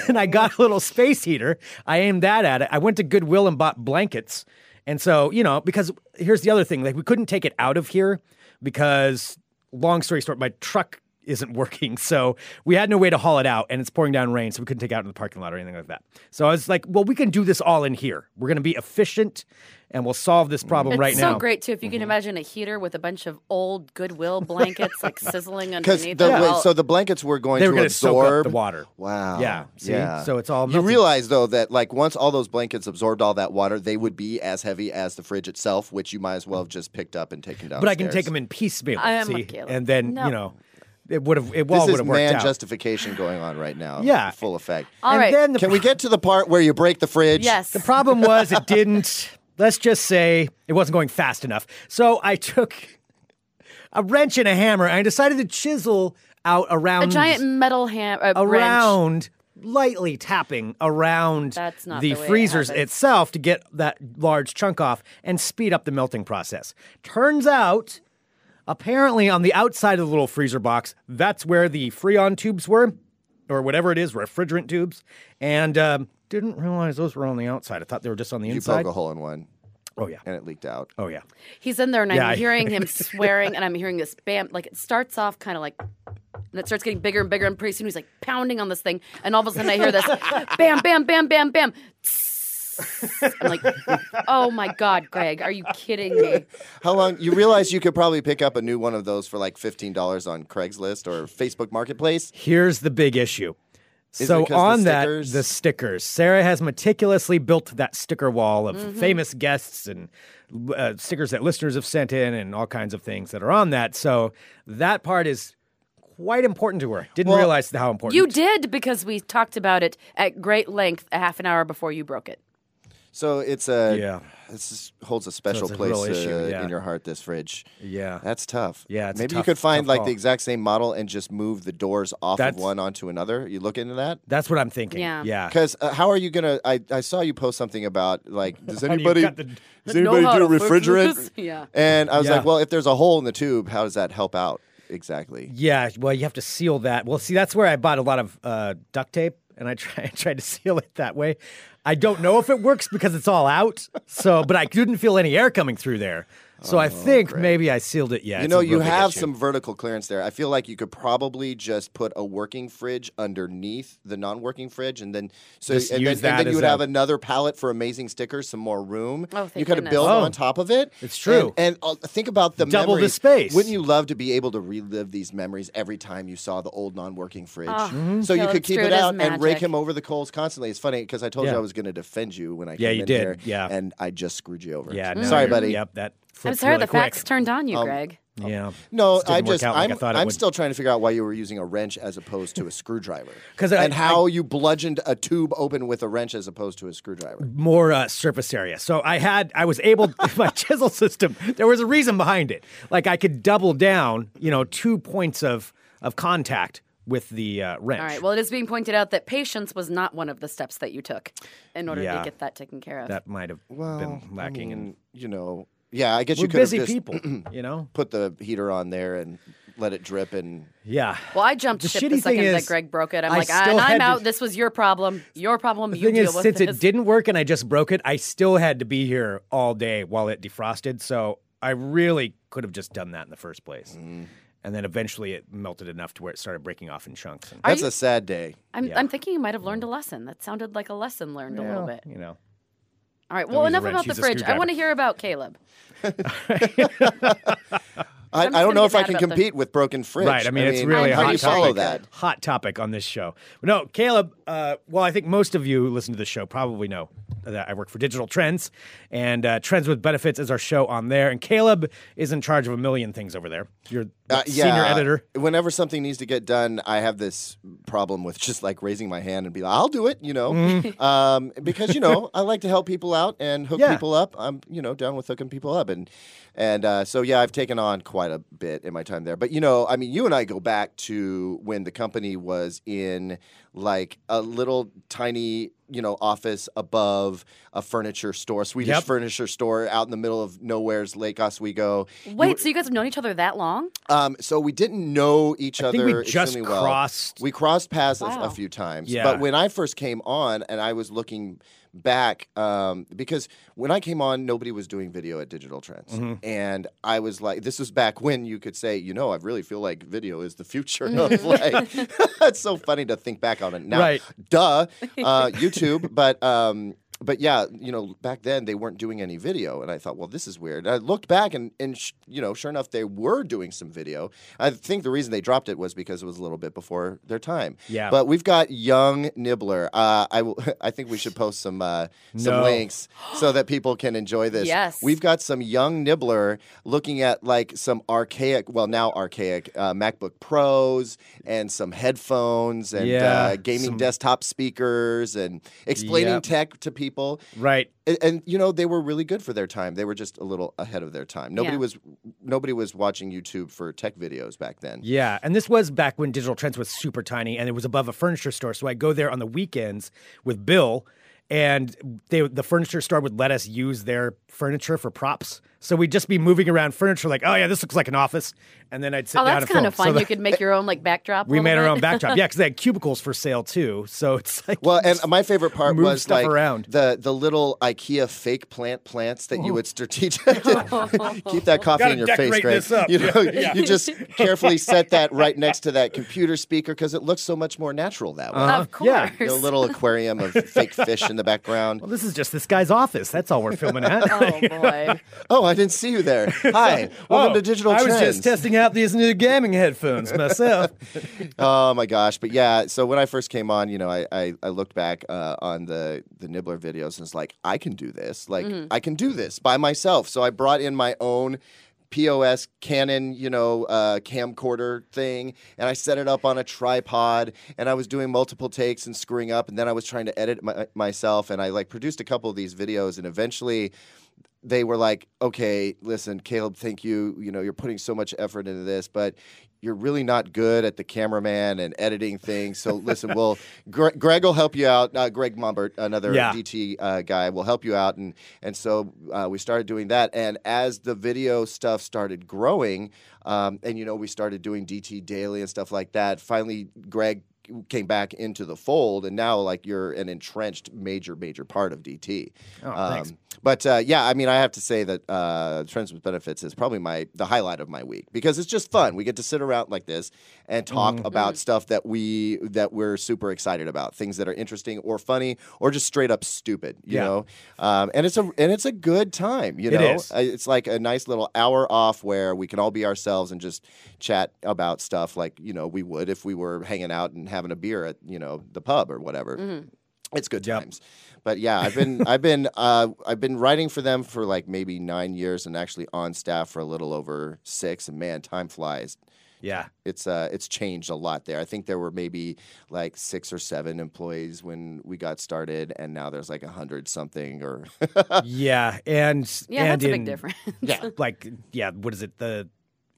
and I got a little space heater. I aimed that at it. I went to Goodwill and bought blankets. And so, you know, because here's the other thing, like we couldn't take it out of here because long story short, my truck isn't working. So we had no way to haul it out and it's pouring down rain, so we couldn't take it out in the parking lot or anything like that. So I was like, well, we can do this all in here. We're gonna be efficient and we'll solve this problem
It's
right
so
now. Mm-hmm.
great too if you can imagine a heater with a bunch of old Goodwill blankets like sizzling
because
underneath
the
it.
wait,
Well,
so the blankets were going
They
to
were gonna soak
absorb
up the water.
Wow.
Yeah, see? So it's all
You
melting.
realize though that like once all those blankets absorbed all that water, they would be as heavy as the fridge itself, which you might as well have just picked up and taken down.
But I can take them in piecemeal,
I am
see?
with Caleb.
And then,
No.
you know, it would have it
This
all would
is
have worked
man
out.
justification going on right now.
Yeah.
Full effect.
All
and
right.
then the
Can we get to the part where you break the fridge?
yes.
The problem was it didn't. Let's just say it wasn't going fast enough. So I took a wrench and a hammer and I decided to chisel out around
a giant metal ham uh, wrench.
around lightly tapping around
That's not
the,
the way it
freezers
happens.
itself to get that large chunk off and speed up the melting process. Turns out apparently on the outside of the little freezer box, that's where the Freon tubes were, or whatever it is, refrigerant tubes. And um, didn't realize those were on the outside. I thought they were just on the
You
inside.
poke a hole in one
Oh yeah.
and it leaked out.
Oh yeah.
He's in there and
Yeah, I-
I'm hearing him swearing and I'm hearing this bam like it starts off kind of like and it starts getting bigger and bigger and pretty soon he's like pounding on this thing and all of a sudden I hear this bam bam bam bam bam. Tss. I'm like, oh my god, Greg, are you kidding me?
How long? You realize you could probably pick up a new one of those for like fifteen dollars on Craigslist or Facebook Marketplace.
Here's the big issue.
Is it
so
'cause the
on that,
stickers?
the stickers. Sarah has meticulously built that sticker wall of
Mm-hmm.
famous guests and uh, stickers that listeners have sent in, and all kinds of things that are on that. So that part is quite important to her. Didn't
Well,
realize how important.
You did because we talked about it at great length a half an hour before you broke it.
So it's a
Yeah.
This is, holds a special
it's a
place
real issue,
uh,
yeah.
in your heart. This fridge.
Yeah.
That's tough.
Yeah, it's a
maybe
tough-
you could find
tough
like
call.
the exact same model and just move the doors off
That's-
of one onto another. You look into that.
That's what I'm thinking.
Yeah.
Yeah.
Because uh, how are you gonna? I, I saw you post something about like does
do you
anybody
cut the-
does anybody
how
do
to fix
refrigerant?
this? Yeah.
And I was
Yeah.
like, well, if there's a hole in the tube, how does that help out exactly?
Yeah, well, you have to seal that. Well, see, that's where I bought a lot of uh, duct tape, and I try, I tried to seal it that way. I don't know if it works because it's all out. So, but I didn't feel any air coming through there. So I think maybe I sealed it. Yeah,
Oh, You
it's
know,
a
you
real big
have
issue.
some vertical clearance there. I feel like you could probably just put a working fridge underneath the non-working fridge, and then so
Just
and,
use
then, and
that
then
as
you would
a-
have another palette for amazing stickers, some more room.
Oh, thank
you could
goodness.
build
Oh.
on top of it.
It's true.
And, and uh, think about the
Double the
memories.
space.
Wouldn't you love to be able to relive these memories every time you saw the old non-working fridge?
Mm-hmm.
So you
Caleb,
could keep
Ah, true,
it
it is
out and rake
magic.
him over the coals constantly. It's funny because I told
Yeah.
you I was going to defend you when I
Yeah,
came
you
in
did.
here,
Yeah.
and I just screwed you over.
Mm-hmm.
Yeah, no,
sorry,
you're-
buddy.
Yep, that.
I'm
flipped
sorry,
really
the facts
quick. Um,
turned on you, Greg.
Yeah,
No,
This didn't
I
work
just
out like
I'm,
I thought it
I'm
would.
still trying to figure out why you were using a wrench as opposed to a screwdriver.
'Cause I-
and how you bludgeoned a tube open with a wrench as opposed to a screwdriver.
more uh, surface area. So I had, I was able, my chisel system, there was a reason behind it. Like I could double down, you know, two points of of contact with the uh, wrench.
All right. Well, it is being pointed out that patience was not one of the steps that you took in order
Yeah.
to get that taken care of.
that might have been lacking.
I
in
mean, you know, yeah, I guess
We're
you could
busy
have just
people, you know?
put the heater on there and let it drip and
Yeah.
well, I jumped
The
ship the
shitty thing
second that
is,
Greg broke it. I'm
I
like,
still
and
had
I'm
to-
out. This was your problem. Your problem.
The
You
thing
deal
is,
with
since
this.
it didn't work and I just broke it, I still had to be here all day while it defrosted. So I really could have just done that in the first place. And then eventually it melted enough to where it started breaking off in chunks. And,
that's
you-
a sad day.
I'm, I'm thinking you might have learned a lesson. That sounded like a lesson learned a little bit.
you know.
All right. Well,
use a
enough
wrench,
about the
use a
fridge. I
screwdriver.
want to hear about Caleb.
I,
I'm
I don't
gonna
know
get
if I
mad
can
about
compete with broken fridge.
Right. I mean, it's really a
how
hot
do you
topic.
follow that?
Hot topic on this show. No, Caleb. Uh, well, I think most of you who listen to this show probably know that I work for Digital Trends, and uh, Trends with Benefits is our show on there. And Caleb is in charge of a million things over there. You're the
Uh,
senior editor.
Whenever something needs to get done, I have this problem with just like raising my hand and be like, "I'll do it," you know, um, because you know I like to help people out and hook
Mm-hmm. Yeah.
people up. I'm you know down with hooking people up, and and uh, so yeah, I've taken on quite a bit in my time there. But you know, I mean, you and I go back to when the company was in like a little tiny. You know, office above a furniture store, Swedish
Yep.
furniture store out in the middle of nowhere's Lake Oswego.
Wait, so you guys have known each other that long?
Um, so we didn't know each
I
other
think we just
extremely well.
crossed.
We crossed paths a- a,
Wow.
few times.
Yeah.
But when I first came on and I was looking back, um, because when I came on, nobody was doing video at Digital Trends.
Mm-hmm.
And I was like, this was back when you could say, you know, I really feel like video is the future of like, it's so funny to think back on it now.
Right.
Duh, uh, YouTube. But, um, but yeah, you know, back then they weren't doing any video, and I thought, well, this is weird. I looked back, and and sh- you know, sure enough, they were doing some video. I think the reason they dropped it was because it was a little bit before their time.
Yeah.
But we've got young Nibbler. Uh, I will- I think we should post some uh, some
No.
links so that people can enjoy this.
Yes.
We've got some young Nibbler looking at like some archaic, well now archaic uh, MacBook Pros and some headphones and
Yeah,
uh, gaming
some-
desktop speakers and explaining
Yep.
tech to people.
right.
And, and, you know they were really good for their time. They were just a little ahead of their time. Nobody
Yeah.
was nobody was watching YouTube for tech videos back then.
Yeah, and this was back when Digital Trends was super tiny, and it was above a furniture store. So I go there on the weekends with Bill, and they the furniture store would let us use their furniture for props. So we'd just be moving around furniture, like, oh yeah, this looks like an office, and then I'd sit
Oh,
down
that's
and
kind of
film. So
fun.
the-
you could make your own like backdrop. a
we
little
made our
bit.
own backdrop, yeah, because they had cubicles for sale too. So it's like,
Well, and my favorite part
Move
was
stuff
like
around. Oh.
the the little IKEA fake plant plants that you would strategically keep that coffee
Gotta
in your face,
decorate
Greg.
this up.
You know,
Yeah.
you just carefully set that right next to that computer speaker because it looks so much more natural that way.
Uh-huh.
Of course.
yeah.
You know, little aquarium of fake fish in the background.
this is just this guy's office. That's all we're filming at.
Oh boy.
Oh, I didn't see you there. Hi, welcome
Oh,
to Digital
I was
Trends.
just testing out these new gaming headphones myself.
Oh my gosh! But yeah, so when I first came on, you know, I I, I looked back uh, on the the Nibbler videos and it's like, I can do this. Like I can do this by myself. So I brought in my own POS Canon, you know, uh, camcorder thing, and I set it up on a tripod, and I was doing multiple takes and screwing up, and then I was trying to edit my, myself, and I like produced a couple of these videos, and eventually they were like, okay, listen, Caleb, thank you. You know, you're putting so much effort into this, but you're really not good at the cameraman and editing things. So listen, we'll Gre- Greg will help you out. Uh, Greg Mombert, another
Yeah.
DT uh, guy, will help you out. And and so uh, we started doing that. And as the video stuff started growing, um, and you know, we started doing DT daily and stuff like that. Finally, Greg came back into the fold and now like you're an entrenched major major part of DT.
Oh, thanks.
but uh, yeah, I mean I have to say that uh, Trends with Benefits is probably my the highlight of my week because it's just fun. We get to sit around like this and talk
Mm-hmm.
about stuff that we that we're super excited about, things that are interesting or funny or just straight up stupid, you
Yeah.
know. Um, and it's a and it's a good time, you
It
know.
is.
Uh, It's like a nice little hour off where we can all be ourselves and just chat about stuff like you know we would if we were hanging out and having a beer at you know the pub or whatever. It's good
Yep.
times. But yeah, I've been I've been uh, I've been writing for them for like maybe nine years and actually on staff for a little over six. And man, time flies.
Yeah.
It's uh it's changed a lot there. I think there were maybe like six or seven employees when we got started, and now there's like a hundred something or
Yeah, and
Yeah,
and
that's a big
in-
difference.
yeah.
Like, yeah, what is it? The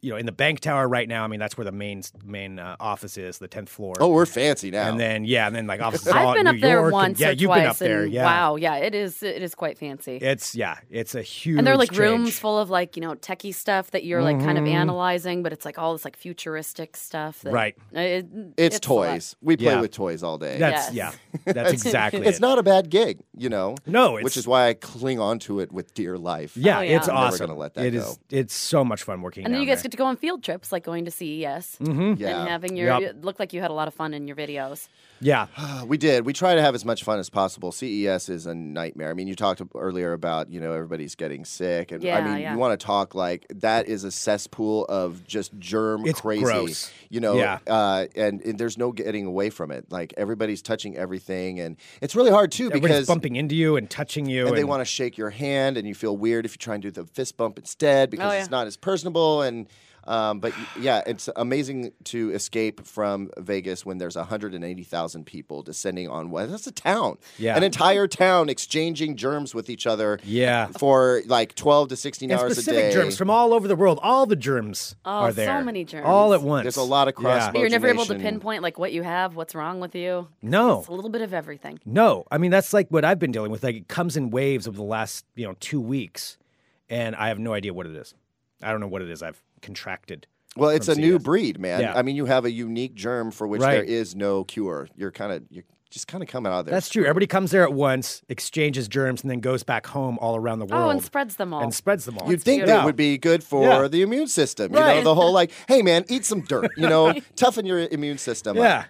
you know, in the bank tower right now. I mean, that's where the main main uh, office is, the tenth floor.
Oh, we're fancy now.
and then yeah, and then like offices. all
I've been
in
up
New
there
York, and-
once
yeah,
or
you've
twice,
been up there.
and
Yeah,
wow, yeah, it is. It is quite fancy.
It's yeah, it's a huge.
and they're like rooms
change. Mm-hmm.
full of like you know techie stuff that you're like kind of analyzing, but it's like all this like futuristic stuff. That, Uh,
Right.
It-
it's,
a lot.
toys. We play
Yeah.
with toys all day.
That's
Yes.
yeah, that's exactly.
it's
it.
not a bad gig, you know.
No,
which
it's-
is why I cling on to it with dear life.
Yeah,
Oh, yeah.
it's
I'm
never
awesome.
gonna let that
It
go.
is- It's so much fun working.
And then
down
you guys
there. Mm-hmm.
get to go on field trips, like going to CES and
Mm, Yeah,
having your
Yep.
look like you had a lot of fun in your videos.
Yeah.
we did. We try to have as much fun as possible. CES is a nightmare. I mean, you talked earlier about you know everybody's getting sick, and I
Yeah,
mean,
yeah.
you want to talk like that is a cesspool of just germ
It's
crazy.
gross.
You know,
Yeah.
uh, and, and there's no getting away from it. Like everybody's touching everything, and it's really hard too
Everybody's
because
bumping into you and touching you.
and they want to shake your hand, and you feel weird if you try and do the fist bump instead because
Oh,
it's
yeah.
not as personable. And um, but y- yeah, it's amazing to escape from Vegas when there's 180,000 people descending on one. That's a town,
Yeah.
an entire town exchanging germs with each other,
Yeah.
for like 12 to 16
and
hours a
specific
day.
germs from all over the world. All the germs
Oh,
are
so
there.
many germs.
All at once.
There's a lot of
Yeah.
cross.
But you're never able to
pollination.
pinpoint like what you have, what's wrong with you.
No.
It's a little bit of everything.
No, I mean that's like what I've been dealing with. Like it comes in waves over the last you know two weeks, and I have no idea what it is. I don't know what it is. I've contracted.
Well, it's a
from
new
CS.
breed, man.
Yeah.
I mean, you have a unique germ for which
Right.
there is no cure. You're kind of you're just kind of coming out of there.
That's true. Everybody comes there at once, exchanges germs, and then goes back home all around the world
Oh, and spreads them all.
and spreads them all.
You'd think
Yeah.
that would be good for
Yeah.
the immune system. You
Right.
know, the whole like, hey man, eat some dirt. You know, toughen your immune system. up.
yeah,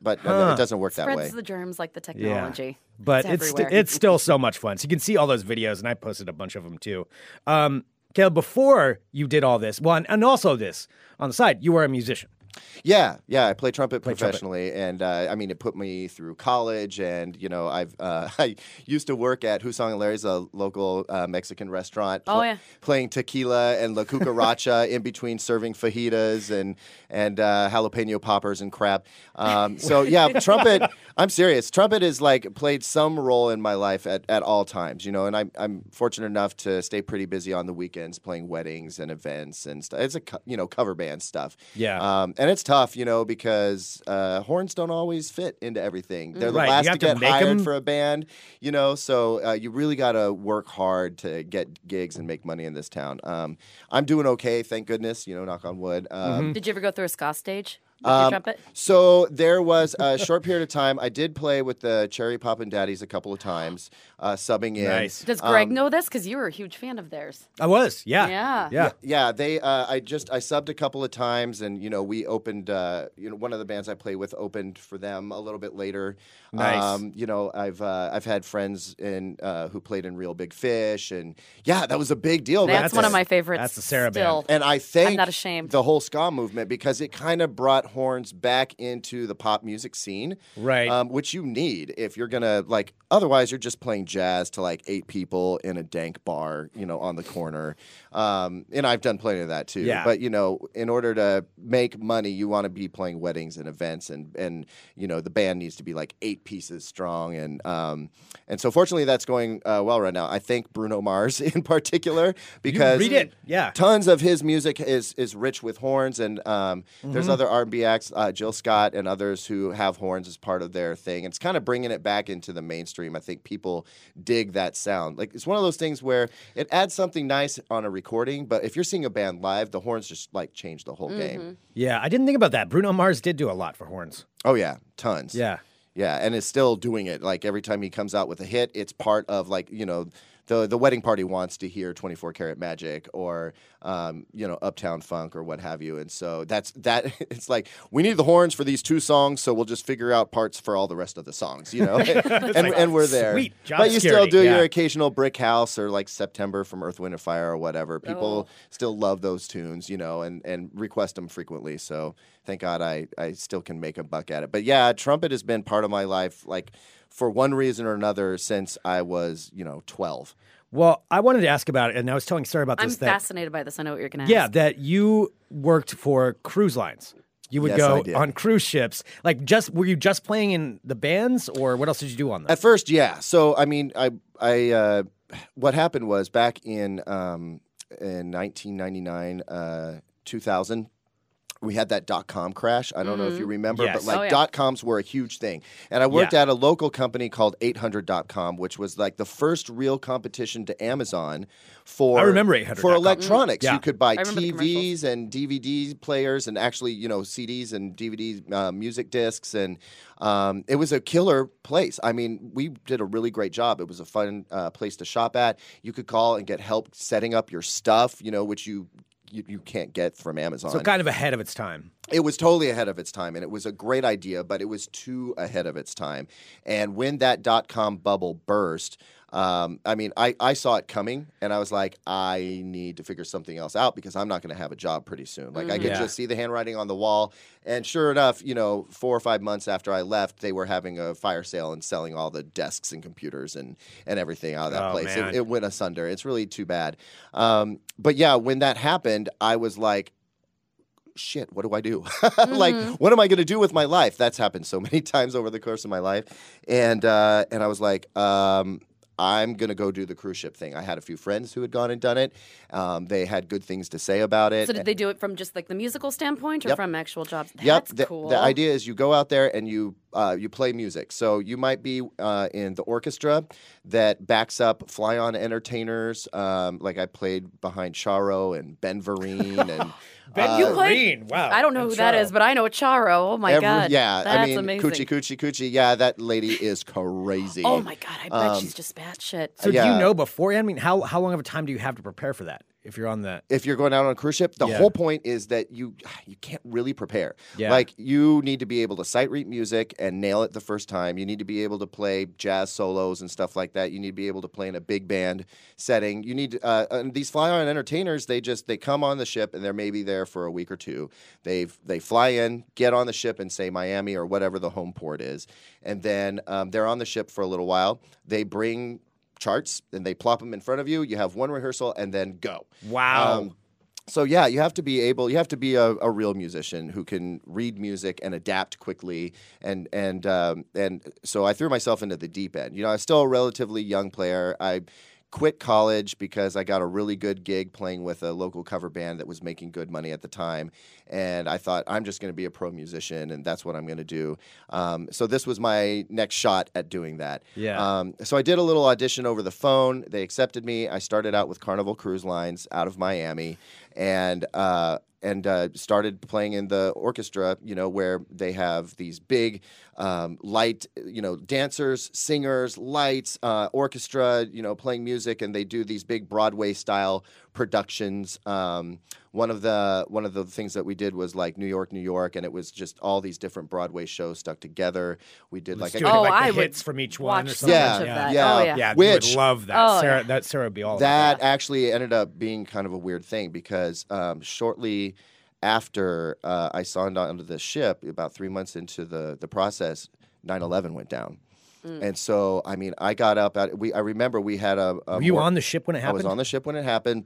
but no, no, it doesn't work that way.
spreads the germs like the
yeah.
technology.
But
it's,
it's sti-
everywhere.
it's still so much fun. So you can see all those videos, and I posted a bunch of them too. Um, Caleb, before you did all this, well, and, and also this on the side, you were a musician.
Yeah, yeah. I play trumpet
trumpet.
professionally, and uh, I mean, it put me through college. And you know, I've uh, I used to work at Husong and Larry's, a local uh, Mexican restaurant.
Oh, yeah.
playing tequila and la cucaracha in between serving fajitas and and uh, jalapeno poppers and crap. Um, so yeah, trumpet. I'm serious. Trumpet is like played some role in my life at, at all times, you know. And I'm I'm fortunate enough to stay pretty busy on the weekends playing weddings and events and stuff. It's a co- you know cover band stuff.
Yeah.
Um, and it's tough, you know, because uh, horns don't always fit into everything. They're the
Mm, Right, you
last
have
to
to
get
make
hired
'em.
for a band, you know. So uh, you really got to work hard to get gigs and make money in this town. Um, I'm doing okay, thank goodness. You know, knock on wood. Um,
Mm-hmm.
Did you ever go through a ska stage with your trumpet?
so there was a short period of time I did play with the Cherry Pop and Daddies a couple of times, uh, subbing in.
Nice.
Does
um,
Greg know this? Because you were a huge fan of theirs.
I was, yeah,
Yeah.
yeah.
Yeah, they. Uh, I just I subbed a couple of times, and you know we opened. Uh, you know, one of the bands I play with opened for them a little bit later. Um,
Nice.
you know, I've uh, I've had friends in uh, who played in Real Big Fish, and yeah, that was a big deal.
That's,
back
one
then.
of my favorites.
that's the Sarah
still.
And I thank
not ashamed.
the whole ska movement because it kind of brought horns back into the pop music scene,
Right.
Um, which you need if you're gonna like. Otherwise, you're just playing jazz to like eight people in a dank bar, you know, on the corner. Um, and I've done plenty of that too.
Yeah.
But you know, in order to make money, you want to be playing weddings and events, and and you know, the band needs to be like eight pieces strong, and um, and so fortunately, that's going uh, well right now. I thank Bruno Mars in particular because
read it, yeah.
tons of his music is is rich with horns, and um,
Mm-hmm.
there's other R&B acts, uh, Jill Scott and others who have horns as part of their thing. It's kind of bringing it back into the mainstream. I think people dig that sound. Like it's one of those things where it adds something nice on a recording, but if you're seeing a band live, the horns just like change the whole
Mm-hmm.
game.
Yeah, I didn't think about that. Bruno Mars did do a lot for horns.
Oh yeah, tons.
Yeah.
Yeah, and is still doing it. Like every time he comes out with a hit, it's part of like you know. The, the wedding party wants to hear 24 karat magic or um, you know uptown funk or what have you and so that's that it's like we need the horns for these two songs so we'll just figure out parts for all the rest of the songs you know and, and we're there
sweet, job
but you still
security,
do
yeah.
your occasional brick house or like september from earth wind and fire or whatever people still love those tunes you know and and request them frequently so thank god i i still can make a buck at it but yeah trumpet has been part of my life like for one reason or another since i was you know 12
Well, I wanted to ask about it, and I was telling Sarah about
I'm
this. that
fascinated by this. I know what you're going to
yeah,
ask.
that you worked for cruise lines. You would
Yes, I
go
did.
on cruise ships. Like, just were you just playing in the bands, or what else did you do on them?
At first, yeah. So I mean, I I uh, what happened was back in um, in 1999, uh, 2000. We had that dot com crash. I don't know if you remember,
Yes.
but like
Oh, yeah.
dot coms were a huge thing. And I worked
Yeah.
at a local company called 800.com, which was like the first real competition to Amazon for
I remember
for
800.com.
electronics.
Yeah.
You could buy
I remember the
TVs,
commercials.
CDs and DVD players and actually, you know, CDs and DVD uh, music discs. And um, it was a killer place. I mean, we did a really great job. It was a fun uh, place to shop at. You could call and get help setting up your stuff, you know, which you you, you can't get from Amazon.
So kind of ahead of its time.
It was totally ahead of its time, and it was a great idea, but it was too ahead of its time. And when that dot com bubble burst, um, I mean, I, I saw it coming, and I was like, I need to figure something else out because I'm not going to have a job pretty soon. Like, I could
Mm-hmm. Yeah.
just see the handwriting on the wall. And sure enough, you know, four or five months after I left, they were having a fire sale and selling all the desks and computers and, and everything out of that
Oh,
place. It-
man.
it went asunder. It's really too bad. Um, but yeah, when that happened, I was like, shit, what do I do? like,
Mm-hmm.
what am I going to do with my life? That's happened so many times over the course of my life. And, uh, and I was like, um, I'm going to go do the cruise ship thing. I had a few friends who had gone and done it. Um, they had good things to say about it.
So did they do it from just like the musical standpoint or
Yep.
from actual jobs?
Yep.
That's
The,
cool.
the idea is you go out there and you uh, you play music. So you might be uh, in the orchestra that backs up fly on entertainers. Um, like I played behind Charo and Ben Vereen and
Ben
You
uh,
played-
Wow.
I don't know
I'm
who that
sure.
is, but I know Charo. Oh my
every-
god.
yeah.
That's
I mean,
amazing.
coochie coochie coochie. Yeah, that lady is crazy.
Oh my god, I bet
Um,
she's just batshit.
So do
yeah.
you know beforehand? I mean, how how long of a time do you have to prepare for that if you're on the
if you're going out on a cruise ship, the
Yeah.
whole point is that you you can't really prepare.
Yeah.
Like you need to be able to sight read music and nail it the first time. You need to be able to play jazz solos and stuff like that. You need to be able to play in a big band setting. You need uh, and these fly on entertainers. They just they come on the ship and they're maybe there for a week or two. They they fly in, get on the ship in say Miami or whatever the home port is, and then um, they're on the ship for a little while. They bring charts and they plop them in front of you. You have one rehearsal and then go.
Wow.
Um, so yeah, you have to be able. You have to be a, a real musician who can read music and adapt quickly. And and um, and so I threw myself into the deep end. You know, I was still a relatively young player. I quit college because I got a really good gig playing with a local cover band that was making good money at the time. And I thought I'm just going to be a pro musician, and that's what I'm going to do. Um, so this was my next shot at doing that.
Yeah.
Um, so I did a little audition over the phone. They accepted me. I started out with Carnival Cruise Lines out of Miami, and uh, and uh, started playing in the orchestra. You know where they have these big um, light, you know, dancers, singers, lights, uh, orchestra. You know, playing music, and they do these big Broadway style productions. Um, one of the one of the things that we did was like New York, New York, and it was just all these different Broadway shows stuck together. We did like
Let's
a
do it
Oh,
like the
I would
hits from each one or
watch so
something?
much
of
yeah.
that.
yeah.
Oh
Yeah,
yeah.
you would
Which-
love that.
Oh,
Sarah
yeah.
that Sarah would be all about
that actually ended up being kind of a weird thing because um, shortly after uh, I signed onto the ship, about three months into the the process, 9-11 went down, and so I mean, I got up. At, we I remember we had a. a
Were you
mor-
on the ship when it
uh, I
happened?
was on the ship when it happened.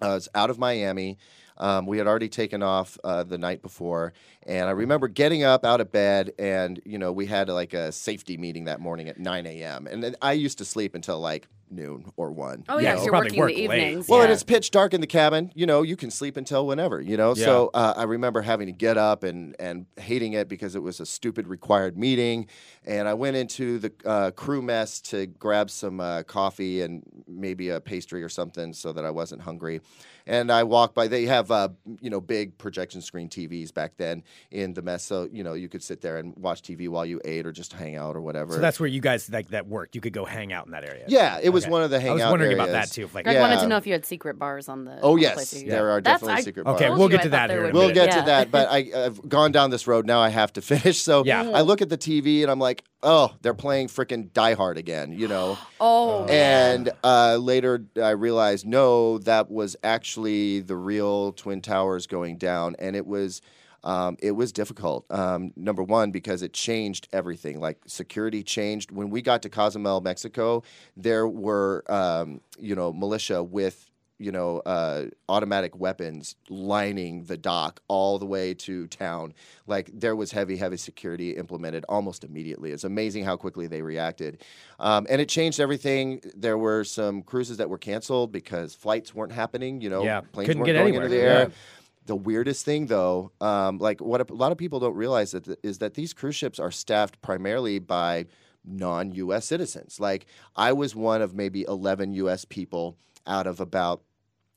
I was out of Miami. Um, we had already taken off uh, the night before, and I remember getting up out of bed, and you know we had like a safety meeting that morning at 9 a.m. And then I used to sleep until like noon or one.
Oh
you
yeah,
know?
'cause
you
you're
probably
working in the
work late.
evenings.
Well,
yeah.
and it's pitch dark in the cabin. You know, you can sleep until whenever. You know, so uh, I remember having to get up and and hating it because it was a stupid required meeting. And I went into the uh, crew mess to grab some uh, coffee and maybe a pastry or something so that I wasn't hungry. And I walked by. They have uh, you know big projection screen TVs back then in the mess, so you know you could sit there and watch TV while you ate or just hang out or whatever.
so that's where you guys like that worked. You could go hang out in that area.
yeah, it was
Okay.
one of the hangout.
I was wondering about
areas.
that too. Like,
Greg wanted
yeah.
to know if you had secret bars on the.
Oh
on the
yes,
place that you-
there are
That's-
definitely
I
secret.
Okay,
bars.
told
we'll
you
get
I
to
thought
that
there
here in a
would
We'll
be.
minute.
get
Yeah.
to that, but I, I've gone down this road now. I have to finish. So
Yeah.
I look at the TV and I'm like, oh, they're playing freaking Die Hard again, you know? Um,
Oh,
and uh, later I realized, no, that was actually the real Twin Towers going down. And it was. Um, it was difficult. Um, number one, because it changed everything. Like security changed. When we got to Cozumel, Mexico, there were um, you know militia with you know, uh, automatic weapons lining the dock all the way to town. Like there was heavy, heavy security implemented almost immediately. It's amazing how quickly they reacted, um, and it changed everything. There were some cruises that were canceled because flights weren't happening. You know,
Yeah,
planes
couldn't
weren't
get
going
anywhere,
into the air.
yeah.
The weirdest thing, though, um, like what a, a lot of people don't realize that th- is that these cruise ships are staffed primarily by non-U.S. citizens. Like I was one of maybe 11 U.S. people out of about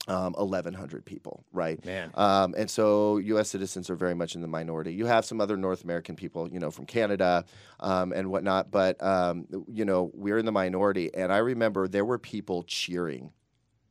um, 1,100 people, right?
Man.
Um, and so U.S. citizens are very much in the minority. You have some other North American people, you know, from Canada um, and whatnot, but, um, you know, we're in the minority. And I remember there were people cheering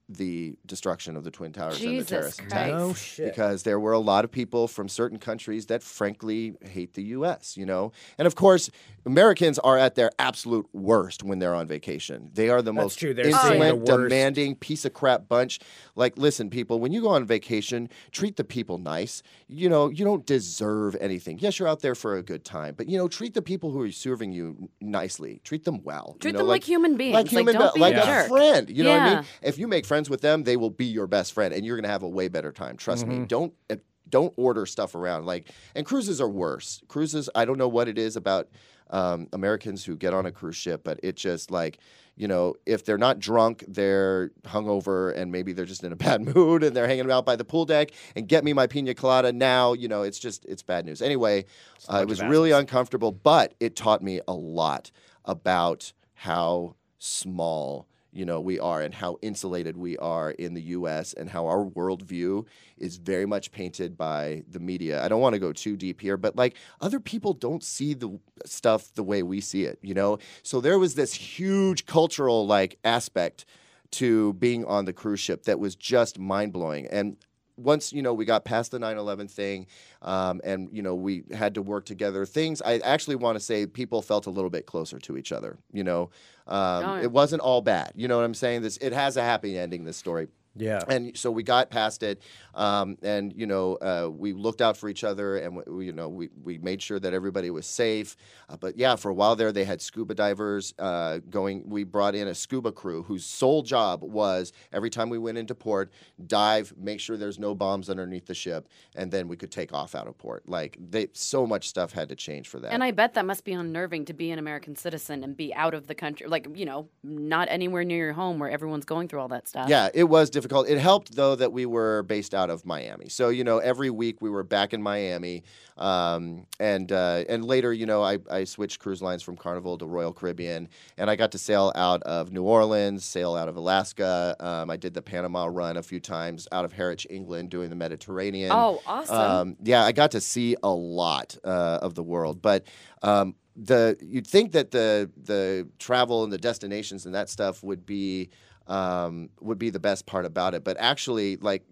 the destruction of the Twin Towers and the
Jesus
terrorist
Christ.
attack.
No shit.
Because there were a lot of people from certain countries that frankly hate the US, you know? And of course, Americans are at their absolute worst when they're on vacation. They are the
That's
most
true. They're seeing the
insolent,
worst.
demanding, piece of crap bunch. Like, listen, people, when you go on vacation, treat the people nice. You know, you don't deserve anything. Yes, you're out there for a good time, but you know, treat the people who are serving you nicely. Treat them well. you
Treat
know,
them like human beings. Like, don't be a
like
jerk.
a friend. You know what I
Yeah.
mean? If you make friends with them, they will be your best friend, and you're gonna have a way better time. Trust me. Don't uh, don't order stuff around. Like, and cruises are worse. Cruises, I don't know what it is about um, Americans who get on a cruise ship, but it just like. You know, if they're not drunk, they're hungover and maybe they're just in a bad mood and they're hanging out by the pool deck and get me my pina colada now. You know, it's just, it's bad news. Anyway, uh, it was really uncomfortable, but it taught me a lot about how small you know we are and how insulated we are in the U.S. and how our worldview is very much painted by the media. I don't want to go too deep here, but like other people don't see the stuff the way we see it, you know. So there was this huge cultural like aspect to being on the cruise ship that was just mind blowing and. Once you know we got past the 9/11 thing, um, and you know we had to work together. Things I actually want to say people felt a little bit closer to each other. You know, um,
Oh, yeah.
it wasn't all bad. You know what I'm saying? This it has a happy ending. This story.
Yeah.
And so we got past it, um, and you know uh, we looked out for each other, and we, we, you know we, we made sure that everybody was safe. Uh, but yeah, for a while there, they had scuba divers uh, going. We brought in a scuba crew whose sole job was every time we went into port, dive, make sure there's no bombs underneath the ship, and then we could take off out of port. Like they, so much stuff had to change for that.
And I bet that must be unnerving to be an American citizen and be out of the country, like you know, not anywhere near your home where everyone's going through all that stuff.
Yeah, it was difficult. It helped though that we were based out of Miami, so you know every week we were back in Miami, um, and uh, and later you know I, I switched cruise lines from Carnival to Royal Caribbean, and I got to sail out of New Orleans, sail out of Alaska. Um, I did the Panama run a few times out of Harwich, England, doing the Mediterranean.
Oh, awesome.
Um, yeah, I got to see a lot uh, of the world, but um, the you'd think that the the travel and the destinations and that stuff would be um, would be the best part about it, but actually, like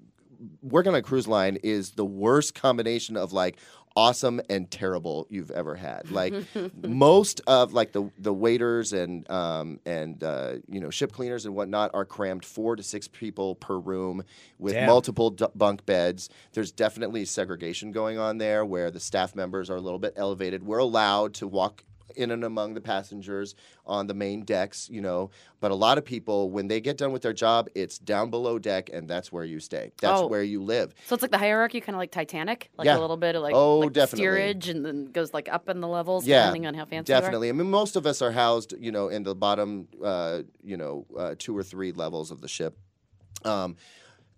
working on a cruise line is the worst combination of like awesome and terrible you've ever had. Like most of like the the waiters and um and uh, you know ship cleaners and whatnot are crammed four to six people per room with
Damn.
multiple d- bunk beds. There's definitely segregation going on there where the staff members are a little bit elevated. We're allowed to walk in and among the passengers on the main decks, you know. But a lot of people, when they get done with their job, it's down below deck, and that's where you stay. That's
Oh.
where you live.
so it's like the hierarchy, kind of like Titanic, like
Yeah.
a little bit of like,
Oh,
like the
definitely.
steerage, and then goes like up in the levels
Yeah,
depending on how fancy. you are.
Definitely. I mean, most of us are housed, you know, in the bottom, uh, you know, uh, two or three levels of the ship. Um,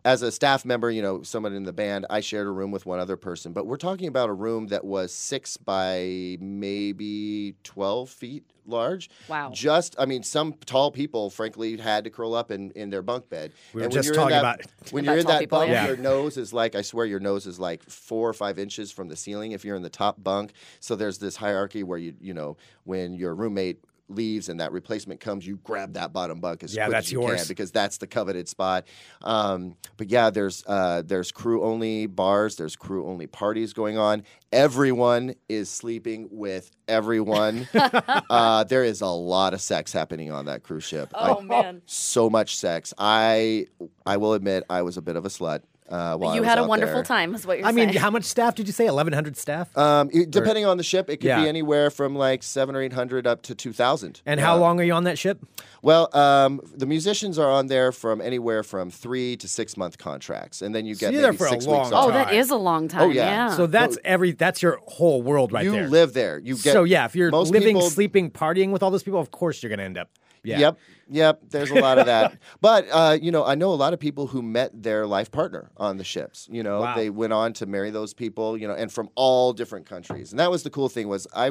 as a staff member, you know, someone in the band, I shared a room with one other person, but we're talking about a room that was six by maybe 12 feet large.
Wow.
Just, I mean, some tall people, frankly, had to curl up in, in their bunk bed.
We were
And when
just
you're in
talking
that-
about-
when
About
you're in
tall
that
people,
bunk,
yeah.
your nose is like, I swear your nose is like four or five inches from the ceiling if you're in the top bunk. So there's this hierarchy where you, you know, when your roommate leaves and that replacement comes, you grab that bottom bunk as
Yeah,
quick
that's
as you
yours.
can because that's the coveted spot. Um, but yeah, there's uh, there's crew only bars, there's crew only parties going on. Everyone is sleeping with everyone. uh, there is a lot of sex happening on that cruise ship.
Oh
I-
man,
so much sex. I I will admit I was a bit of a slut. Uh, while I
you
was
had a
out
wonderful
there.
time, is what you're
I mean,
saying.
how much staff did you say? 1,100 staff?
Um, it- depending on the ship, it could
Yeah.
be anywhere from like seven or eight hundred up to two thousand.
and how long are you on that ship?
Well, um, the musicians are on there from anywhere from three to six month contracts, and then you get
you're there
maybe
for a
six
long
weeks.
time.
off.
oh, that
time.
is a long time.
yeah.
So that's every that's your whole world right
you
there.
live there. You get
so yeah, if you're
most
living,
people-
sleeping, partying with all those people, of course you're gonna end up. Yeah.
Yep, yep. There's a lot of that, but uh, you know, I know a lot of people who met their life partner on the ships. You know,
Wow.
they went on to marry those people. You know, and from all different countries. And that was the cool thing was I,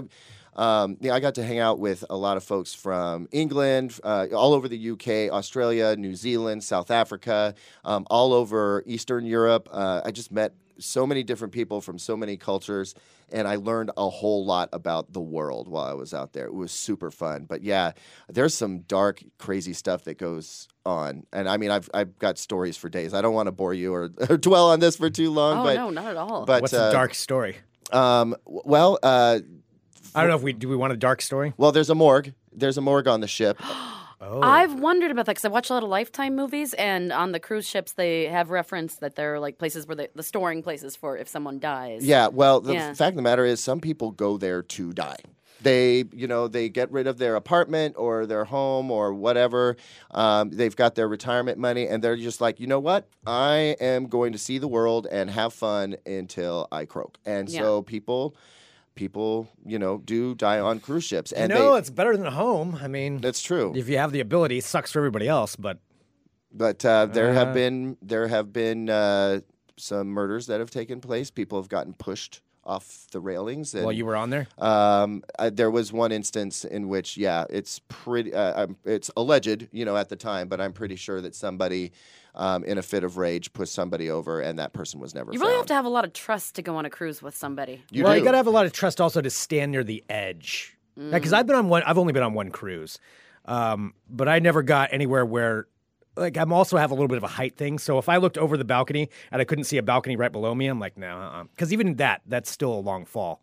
um, yeah, I got to hang out with a lot of folks from England, uh, all over the UK, Australia, New Zealand, South Africa, um, all over Eastern Europe. Uh, I just met so many different people from so many cultures, and I learned a whole lot about the world while I was out there. It was super fun. But yeah, there's some dark, crazy stuff that goes on, and I mean, I've I've got stories for days. I don't want to bore you or, or dwell on this for too long.
Oh
but
no, not at all.
but
What's
uh,
the dark story?
Um, w- well, uh,
I don't know if we do. We want a dark story.
well, there's a morgue. There's a morgue on the ship.
Oh,
I've wondered about that because I watch a lot of Lifetime movies, and on the cruise ships they have referenced that there are like places where they, the storing places for if someone dies.
Yeah, well, the
Yeah.
fact of the matter is, some people go there to die. They, you know, they get rid of their apartment or their home or whatever. Um, they've got their retirement money, and they're just like, you know what? I am going to see the world and have fun until I croak. And
Yeah.
so people, people, you know, do die on cruise ships,
you
and
know
they,
it's better than home. I mean,
that's true.
if you have the ability, it sucks for everybody else. But
But uh, there
Uh.
have been there have been uh, some murders that have taken place. People have gotten pushed off the railings. And,
while you were on there,
Um, uh, there was one instance in which, yeah, it's pretty, uh, um, it's alleged, you know, at the time, but I'm pretty sure that somebody, um, in a fit of rage, pushed somebody over, and that person was never.
you really
found.
have to have a lot of trust to go on a cruise with somebody.
You
well,
do.
you gotta have a lot of trust also to stand near the edge. Because I've been on one, I've only been on one cruise, um, but I never got anywhere where, like, I'm also have a little bit of a height thing. So if I looked over the balcony and I couldn't see a balcony right below me, I'm like, no, uh-uh. because even that, that's still a long fall.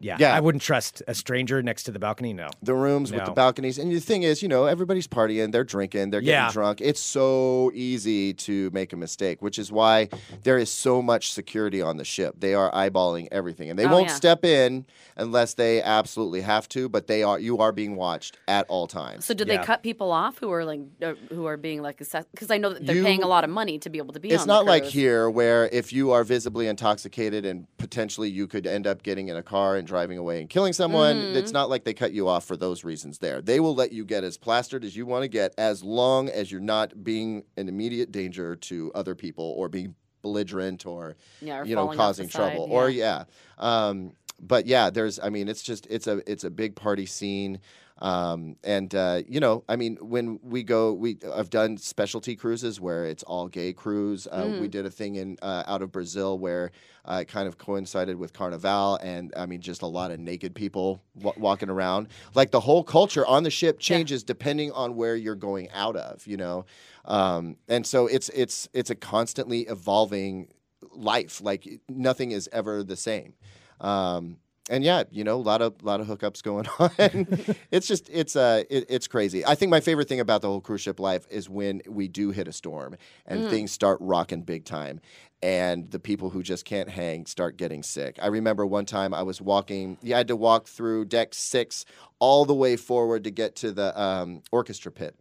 Yeah,
Yeah.
I wouldn't trust a stranger next to the balcony. No,
the rooms with the
No.
balconies, and the thing is, you know, everybody's partying, they're drinking, they're getting
Yeah.
drunk. It's so easy to make a mistake, which is why there is so much security on the ship. They are eyeballing everything, and they
Oh,
won't
yeah.
step in unless they absolutely have to. But they are, you are being watched at all times.
So did
Yeah.
they cut people off who are like uh, who are being like assessed? Because I know that they're
You-
paying a lot of money to be able to be.
it's
on
not
the
like
cruise.
here where if you are visibly intoxicated and potentially you could end up getting in a car and driving away and killing someone
Mm-hmm.
it's not like they cut you off for those reasons there they will let you get as plastered as you want to get as long as you're not being an immediate danger to other people or being belligerent or
Yeah, or
you know
falling off the
causing
side,
trouble
yeah.
or yeah um, but yeah there's i mean it's just it's a it's a big party scene um, and uh, you know i mean when we go we i've done specialty cruises where it's all gay cruise uh, we did a thing in uh, out of brazil where uh, it kind of coincided with carnival and i mean just a lot of naked people wa- walking around like the whole culture on the ship changes depending on where you're going out of you know um, and so it's it's it's a constantly evolving life. Like nothing is ever the same. Um, and yeah, you know, a lot of lot of hookups going on. it's just it's uh it, it's crazy. I think my favorite thing about the whole cruise ship life is when we do hit a storm and things start rocking big time, and the people who just can't hang start getting sick. I remember one time I was walking. Yeah, I had to walk through deck six all the way forward to get to the um, orchestra pit.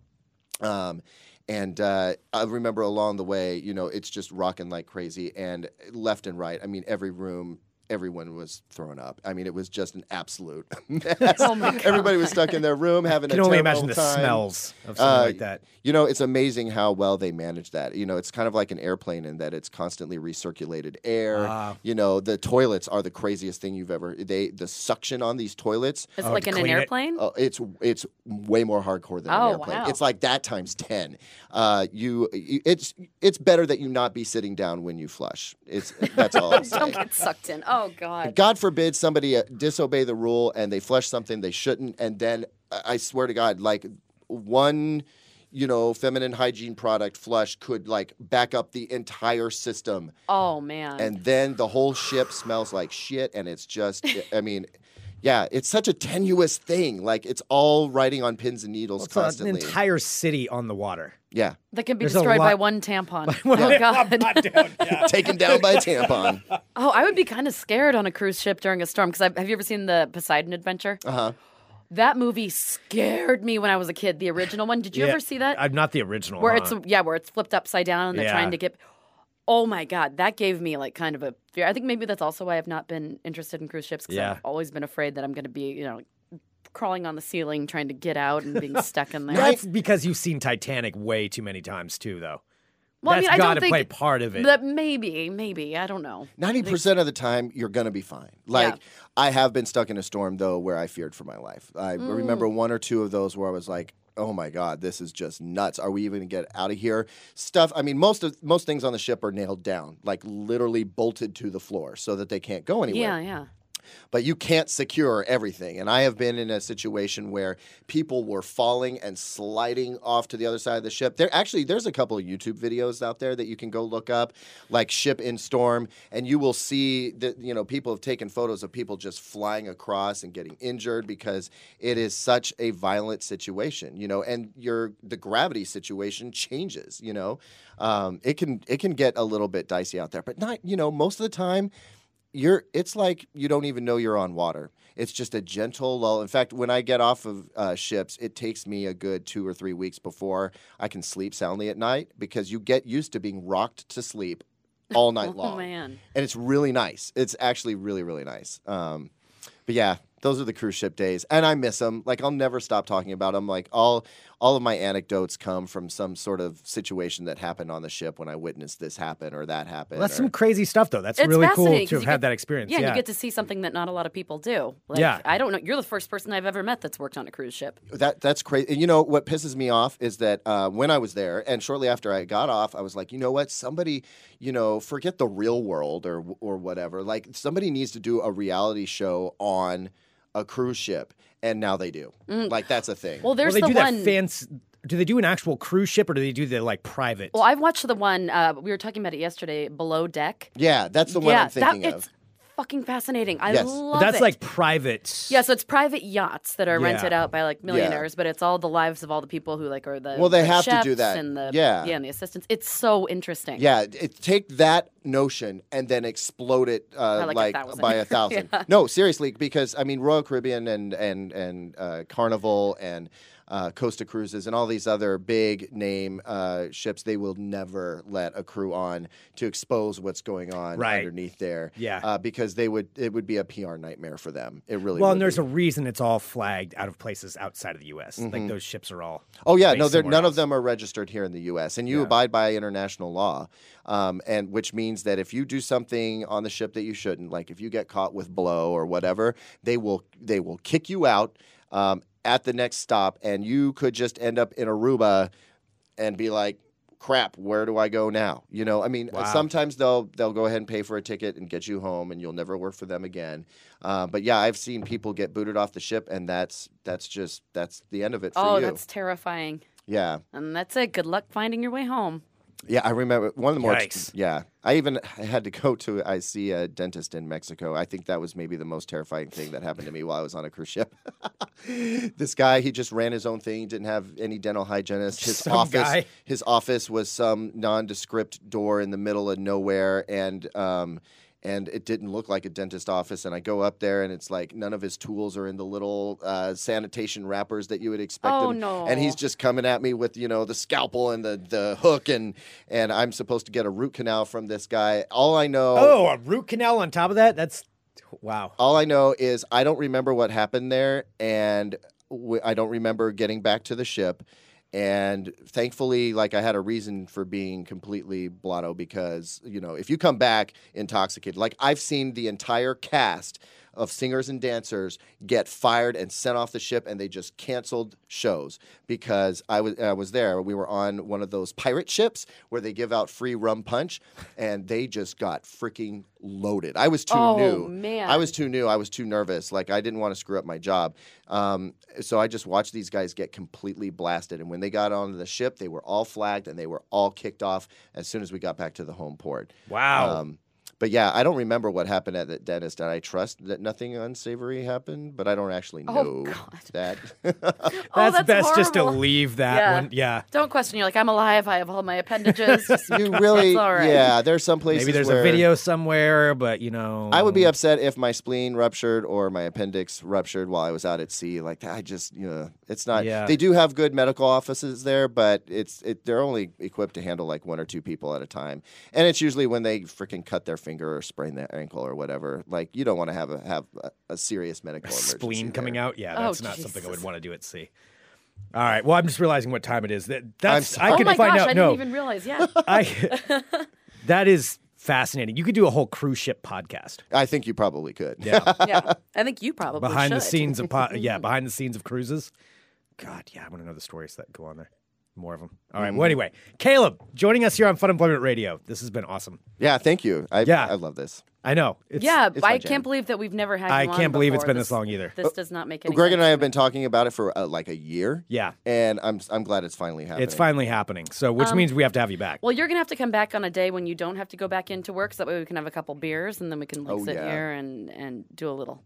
Um, and uh, I remember along the way, you know, it's just rocking like crazy, and left and right. I mean, every room, everyone was thrown up. I mean, it was just an absolute mess. Everybody was stuck in their room having.
Oh I can
a
only
terrible
imagine the
time.
smells of something
Uh,
like that.
You know, it's amazing how well they manage that. You know, it's kind of like an airplane in that it's constantly recirculated air.
Wow.
You know, the toilets are the craziest thing you've ever. They the suction on these toilets
It's
Oh,
like
to
in an
clean it.
airplane.
Oh, it's it's way more hardcore than
Oh,
an airplane.
wow.
It's like that times ten. Uh, you, you- it's it's better that you not be sitting down when you flush. It's that's all. I'm
Don't
saying.
get sucked in. Oh god.
God forbid somebody uh, disobey the rule and they flush something they shouldn't, and then I I swear to God, like one, you know, feminine hygiene product flush could like back up the entire system
Oh man.
and then the whole ship smells like shit and it's just i mean yeah it's such a tenuous thing like it's all writing on pins and needles
It's an
constantly
entire city on the water.
yeah
that can be
there's a
destroyed by
lot-
one tampon. Oh god.
taken down by a tampon
Oh, I would be kind of scared on a cruise ship during a storm because have you ever seen the Poseidon Adventure?
uh-huh
That movie scared me when I was a kid. The original one. Did you
Yeah,
ever see that?
I'm not the original.
where
huh?
it's yeah, where it's flipped upside down and they're
Uh-huh. Yeah.
trying to get. Oh my god, that gave me like kind of a fear. I think maybe that's also why I've not been interested in cruise ships because
Yeah.
I've always been afraid that I'm going to be you know crawling on the ceiling trying to get out and being stuck in there.
That's because you've seen Titanic way too many times too, though.
well,
That's
I mean, I
got
don't
to
think
play part of it.
that maybe, maybe I don't know.
90% of the time you're going to be fine like
Yeah. Mm.
i have been stuck in a storm though where i feared for my life i remember one or two of those where i was like oh my god, this is just nuts. Are we even going to get out of here? Stuff. I mean, most of most things on the ship are nailed down, like literally bolted to the floor, so that they can't go anywhere
Yeah, yeah.
but you can't secure everything. And I have been in a situation where people were falling and sliding off to the other side of the ship. There actually there's a couple of YouTube videos out there that you can go look up, like ship in storm, and you will see that you know people have taken photos of people just flying across and getting injured because it is such a violent situation, you know, and your the gravity situation changes, you know. Um, it can it can get a little bit dicey out there, but not, you know, most of the time you're it's like you don't even know you're on water it's just a gentle lull in fact when i get off of uh, ships it takes me a good two or three weeks before i can sleep soundly at night because you get used to being rocked to sleep all night long
Oh man.
and it's really nice it's actually really really nice um, but yeah those are the cruise ship days and i miss them like i'll never stop talking about them like all all of my anecdotes come from some sort of situation that happened on the ship when i witnessed this happen or that happen
Well, that's
or-
some crazy stuff, though. That's
It's
really cool
fascinating
to have
'cause you
had
get-
that experience.
Yeah, you get to see something that not a lot of people do. Like,
Yeah.
I don't know. You're the first person I've ever met that's worked on a cruise ship.
That that's crazy. And you know what pisses me off is that uh, when I was there, and shortly after I got off, I was like, you know what? Somebody, you know, forget the real world or or whatever. Like somebody needs to do a reality show on a cruise ship, and now they do. Like that's a thing.
Mm. Well,
Well,
there's
they
the
do
one.
that fancy. Do they do an actual cruise ship or do they do the like private?
well, I watched the one uh, we were talking about it yesterday, Below Deck.
yeah, that's the one
yeah,
I'm thinking
that,
of.
it's fucking fascinating. I
Yes.
love
that's
it.
like private.
Yeah, so it's private yachts that are
Yeah.
rented out by like millionaires, but it's all the lives of all the people who like are the
Well, they have
like,
to do
chefs
that.
and the
Yeah.
and the assistants. It's so interesting.
Yeah, it, take that notion and then explode it uh,
By like a
like,
thousand.
by a thousand. No, seriously, because I mean Royal Caribbean and and and uh, Carnival and uh, Costa Cruises and all these other big name uh, ships, they will never let a crew on to expose what's going on
Right.
underneath there.
Yeah.
uh, because they would it would be a PR nightmare for them. It really.
Well,
would
and there's
be.
a reason it's all flagged out of places outside of the U.S. Like those ships are all.
Oh yeah, no,
based
they're,
somewhere
none
else.
of them are registered here in the U.S. and you abide by international law, um, and which means that if you do something on the ship that you shouldn't, like if you get caught with blow or whatever, they will they will kick you out um, at the next stop, and you could just end up in Aruba and be like. Crap! Where do I go now? You know, I mean, sometimes they'll they'll go ahead and pay for a ticket and get you home, and you'll never work for them again. Uh, but yeah, I've seen people get booted off the ship, and that's that's just that's the end of it for
Oh,
you.
that's terrifying.
yeah,
And that's it. Good luck finding your way home.
yeah, I remember one of the more.
Yikes.
Yeah, I even I had to go to I see a dentist in Mexico. I think that was maybe the most terrifying thing that happened to me while I was on a cruise ship. this guy, he just ran his own thing. He didn't have any dental hygienist. His
Some
office,
guy.
his office was some nondescript door in the middle of nowhere, and um, and it didn't look like a dentist office. And I go up there, and it's like none of his tools are in the little uh, sanitation wrappers that you would expect.
Oh,
him.
no.
And he's just coming at me with you know the scalpel and the the hook, and and I'm supposed to get a root canal from this guy. All I know.
Oh, a root canal on top of that. That's wow.
All I know is I don't remember what happened there, and w- I don't remember getting back to the ship. And thankfully, like I had a reason for being completely blotto because you know if you come back intoxicated, like I've seen the entire cast of singers and dancers get fired and sent off the ship, and they just canceled shows because I was I was there. We were on one of those pirate ships where they give out free rum punch, and they just got freaking loaded. I was too
Oh,
new.
man.
I was was too new. I was too nervous. Like I didn't want to screw up my job. Um, so I just watched these guys get completely blasted. And when they got onto the ship, they were all flagged and they were all kicked off as soon as we got back to the home port.
Wow.
Um, but yeah, I don't remember what happened at the dentist, and I trust that nothing unsavory happened. But I don't actually know that.
oh, that's
best just to
horrible.
leave that
Yeah.
one. Yeah.
Don't question. You're like, I'm alive. I have all my appendages. Just-
you really,
all right.
yeah. There's some places
Maybe there's
where
a video somewhere, but you know.
I would be upset if my spleen ruptured or my appendix ruptured while I was out at sea. Like I just, you know, it's not.
Yeah.
They do have good medical offices there, but it's it, they're only equipped to handle like one or two people at a time, and it's usually when they freaking cut their finger or sprain their ankle or whatever. Like you don't want to have a have a, a serious medical emergency
spleen
there.
coming out. Yeah,
Oh,
that's not something I would
Jesus.
want to do at sea. All right. Well, I'm just realizing what time it is. That that's I
sorry.
oh
can
my
find
gosh,
out.
I
no,
didn't even realize. Yeah.
I. that is fascinating. You could do a whole cruise ship podcast.
I think you probably could.
Yeah,
yeah. I think you probably
behind the
should.
scenes of po- yeah, behind the scenes of cruises. God, yeah, I want to know the stories that go on there. More of them. All right. Well, anyway, Caleb joining us here on Fun Employment Radio. This has been awesome.
Yeah, thank you. I,
Yeah.
I love this.
I know. It's,
yeah,
it's my
I
jam. Uh,
can't believe that we've never had.
I
you on
can't believe it's
before.
been this long either.
This does not make any.
Greg
sense.
and I have been talking about it for uh, like a year.
Yeah.
And I'm I'm glad it's finally happening.
It's finally happening. So, which means we have to have you back.
Um, Well, you're gonna have to come back on a day when you don't have to go back into work, so that way we can have a couple beers and then we can like
Oh,
sit
yeah.
here and and do a little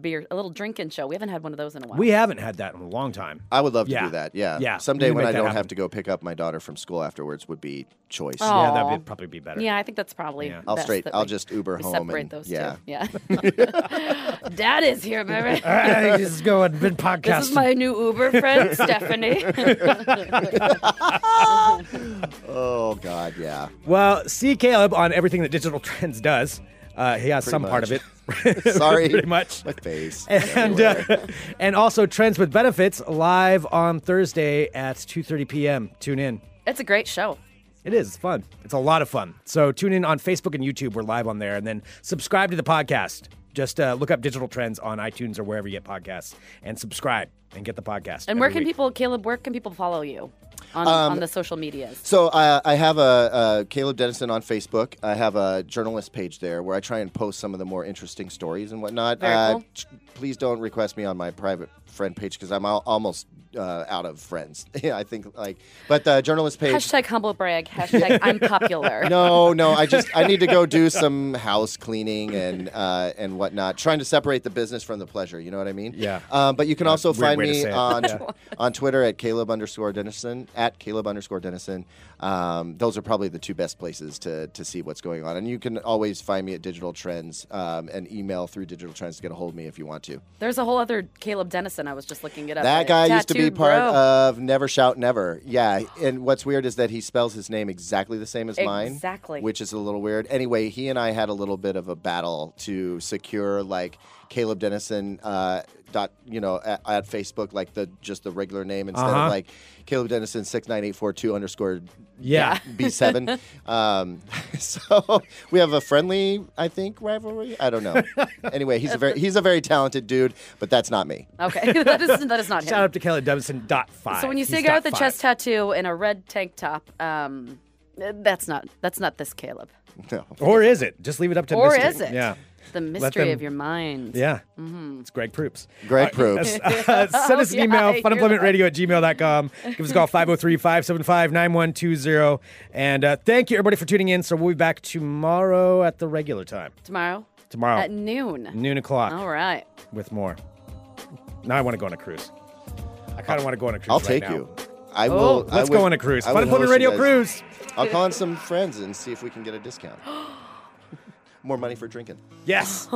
beer, a little drinking show. We haven't had one of those in a while.
we haven't had that in a long time.
I would love to
Yeah.
do that. Yeah.
Yeah. We
Someday
can
when
make
I
that
don't
happen.
have to go pick up my daughter from school afterwards would be choice.
Oh.
Yeah, that
Aw.
would probably be better.
yeah, I think that's probably.
Yeah.
I'll
best
straight.
that
I'll
we-
just Uber
we
home.
separate
and,
those
yeah.
two. Yeah, Dad is here, baby.
All right, this is going. Been podcasting.
This is my new Uber friend, Stephanie.
Oh God, yeah.
Well, see Caleb on everything that Digital Trends does. Uh, he has some part of
much.
it.
Sorry.
Pretty much.
My face.
And uh,
everywhere.
and also Trends with Benefits live on Thursday at 2:30 p.m. Tune in.
it's a great show.
It is fun. It's a lot of fun. So tune in on Facebook and YouTube. We're live on there, and then subscribe to the podcast. Just uh, look up Digital Trends on iTunes or wherever you get podcasts, and subscribe and get the podcast.
And where
every
can
week.
people, Caleb? Where can people follow you on,
Um,
on the social medias?
So uh, I have a uh, Caleb Dennison on Facebook. I have a journalist page there where I try and post some of the more interesting stories and whatnot.
Very
uh,
cool.
t- please don't request me on my private friend page because I'm al- almost uh, out of friends. Yeah, I think like, but the journalist page.
Hashtag humble brag. Hashtag I'm popular.
no, no. I just I need to go do some house cleaning and uh, and whatnot. Trying to separate the business from the pleasure. You know what I mean?
Yeah.
Um, but you can also
weird
find
way to
me
say it.
on on Twitter at Caleb underscore Dennison at Caleb underscore Dennison. Um, those are probably the two best places to to see what's going on. And you can always find me at Digital Trends um, and email through Digital Trends to get a hold of me if you want to.
There's a whole other Caleb Dennison. I was just looking it up.
That
A
guy used to be
tattooed
part
bro.
of Never Shout Never. Yeah, and what's weird is that he spells his name exactly the same as mine.
Exactly.
Which is a little weird. Anyway, he and I had a little bit of a battle to secure like Caleb Dennison uh, dot you know at, at Facebook like the just the regular name instead
Uh-huh.
of like Caleb Dennison six nine eight four two underscore
Yeah.
B seven. um, so we have a friendly I think rivalry. I don't know. anyway, he's a very he's a very talented dude, but that's not me.
Okay, that is that is not him.
Shout out to Kelly Dubson. Dot five.
So when you see a
He's
guy
dot
with a
five.
chest tattoo and a red tank top, um, that's not that's not this Caleb.
No.
or is it? Just leave it up to.
Or
mystery.
is it?
Yeah.
The mystery
them-
of your mind.
Yeah. It's Greg Proops.
Greg Proops.
Uh, send us an
yeah,
email,
I hear
funemploymentradio at gmail.com. Give us a call, 503 575 9120. And uh, thank you, everybody, for tuning in. So we'll be back tomorrow at the regular time.
Tomorrow
Tomorrow,
at noon.
noon o'clock,
All right.
with more. Now I want to go on a cruise. I kind of want to go on a cruise.
I'll
right
take
now.
you. I will.
Oh,
I
Let's
would-
go on a cruise.
I would
Fun Employment
host you
Radio
guys.
Cruise.
I'll call in some friends and see if we can get a discount. More money for drinking.
Yes.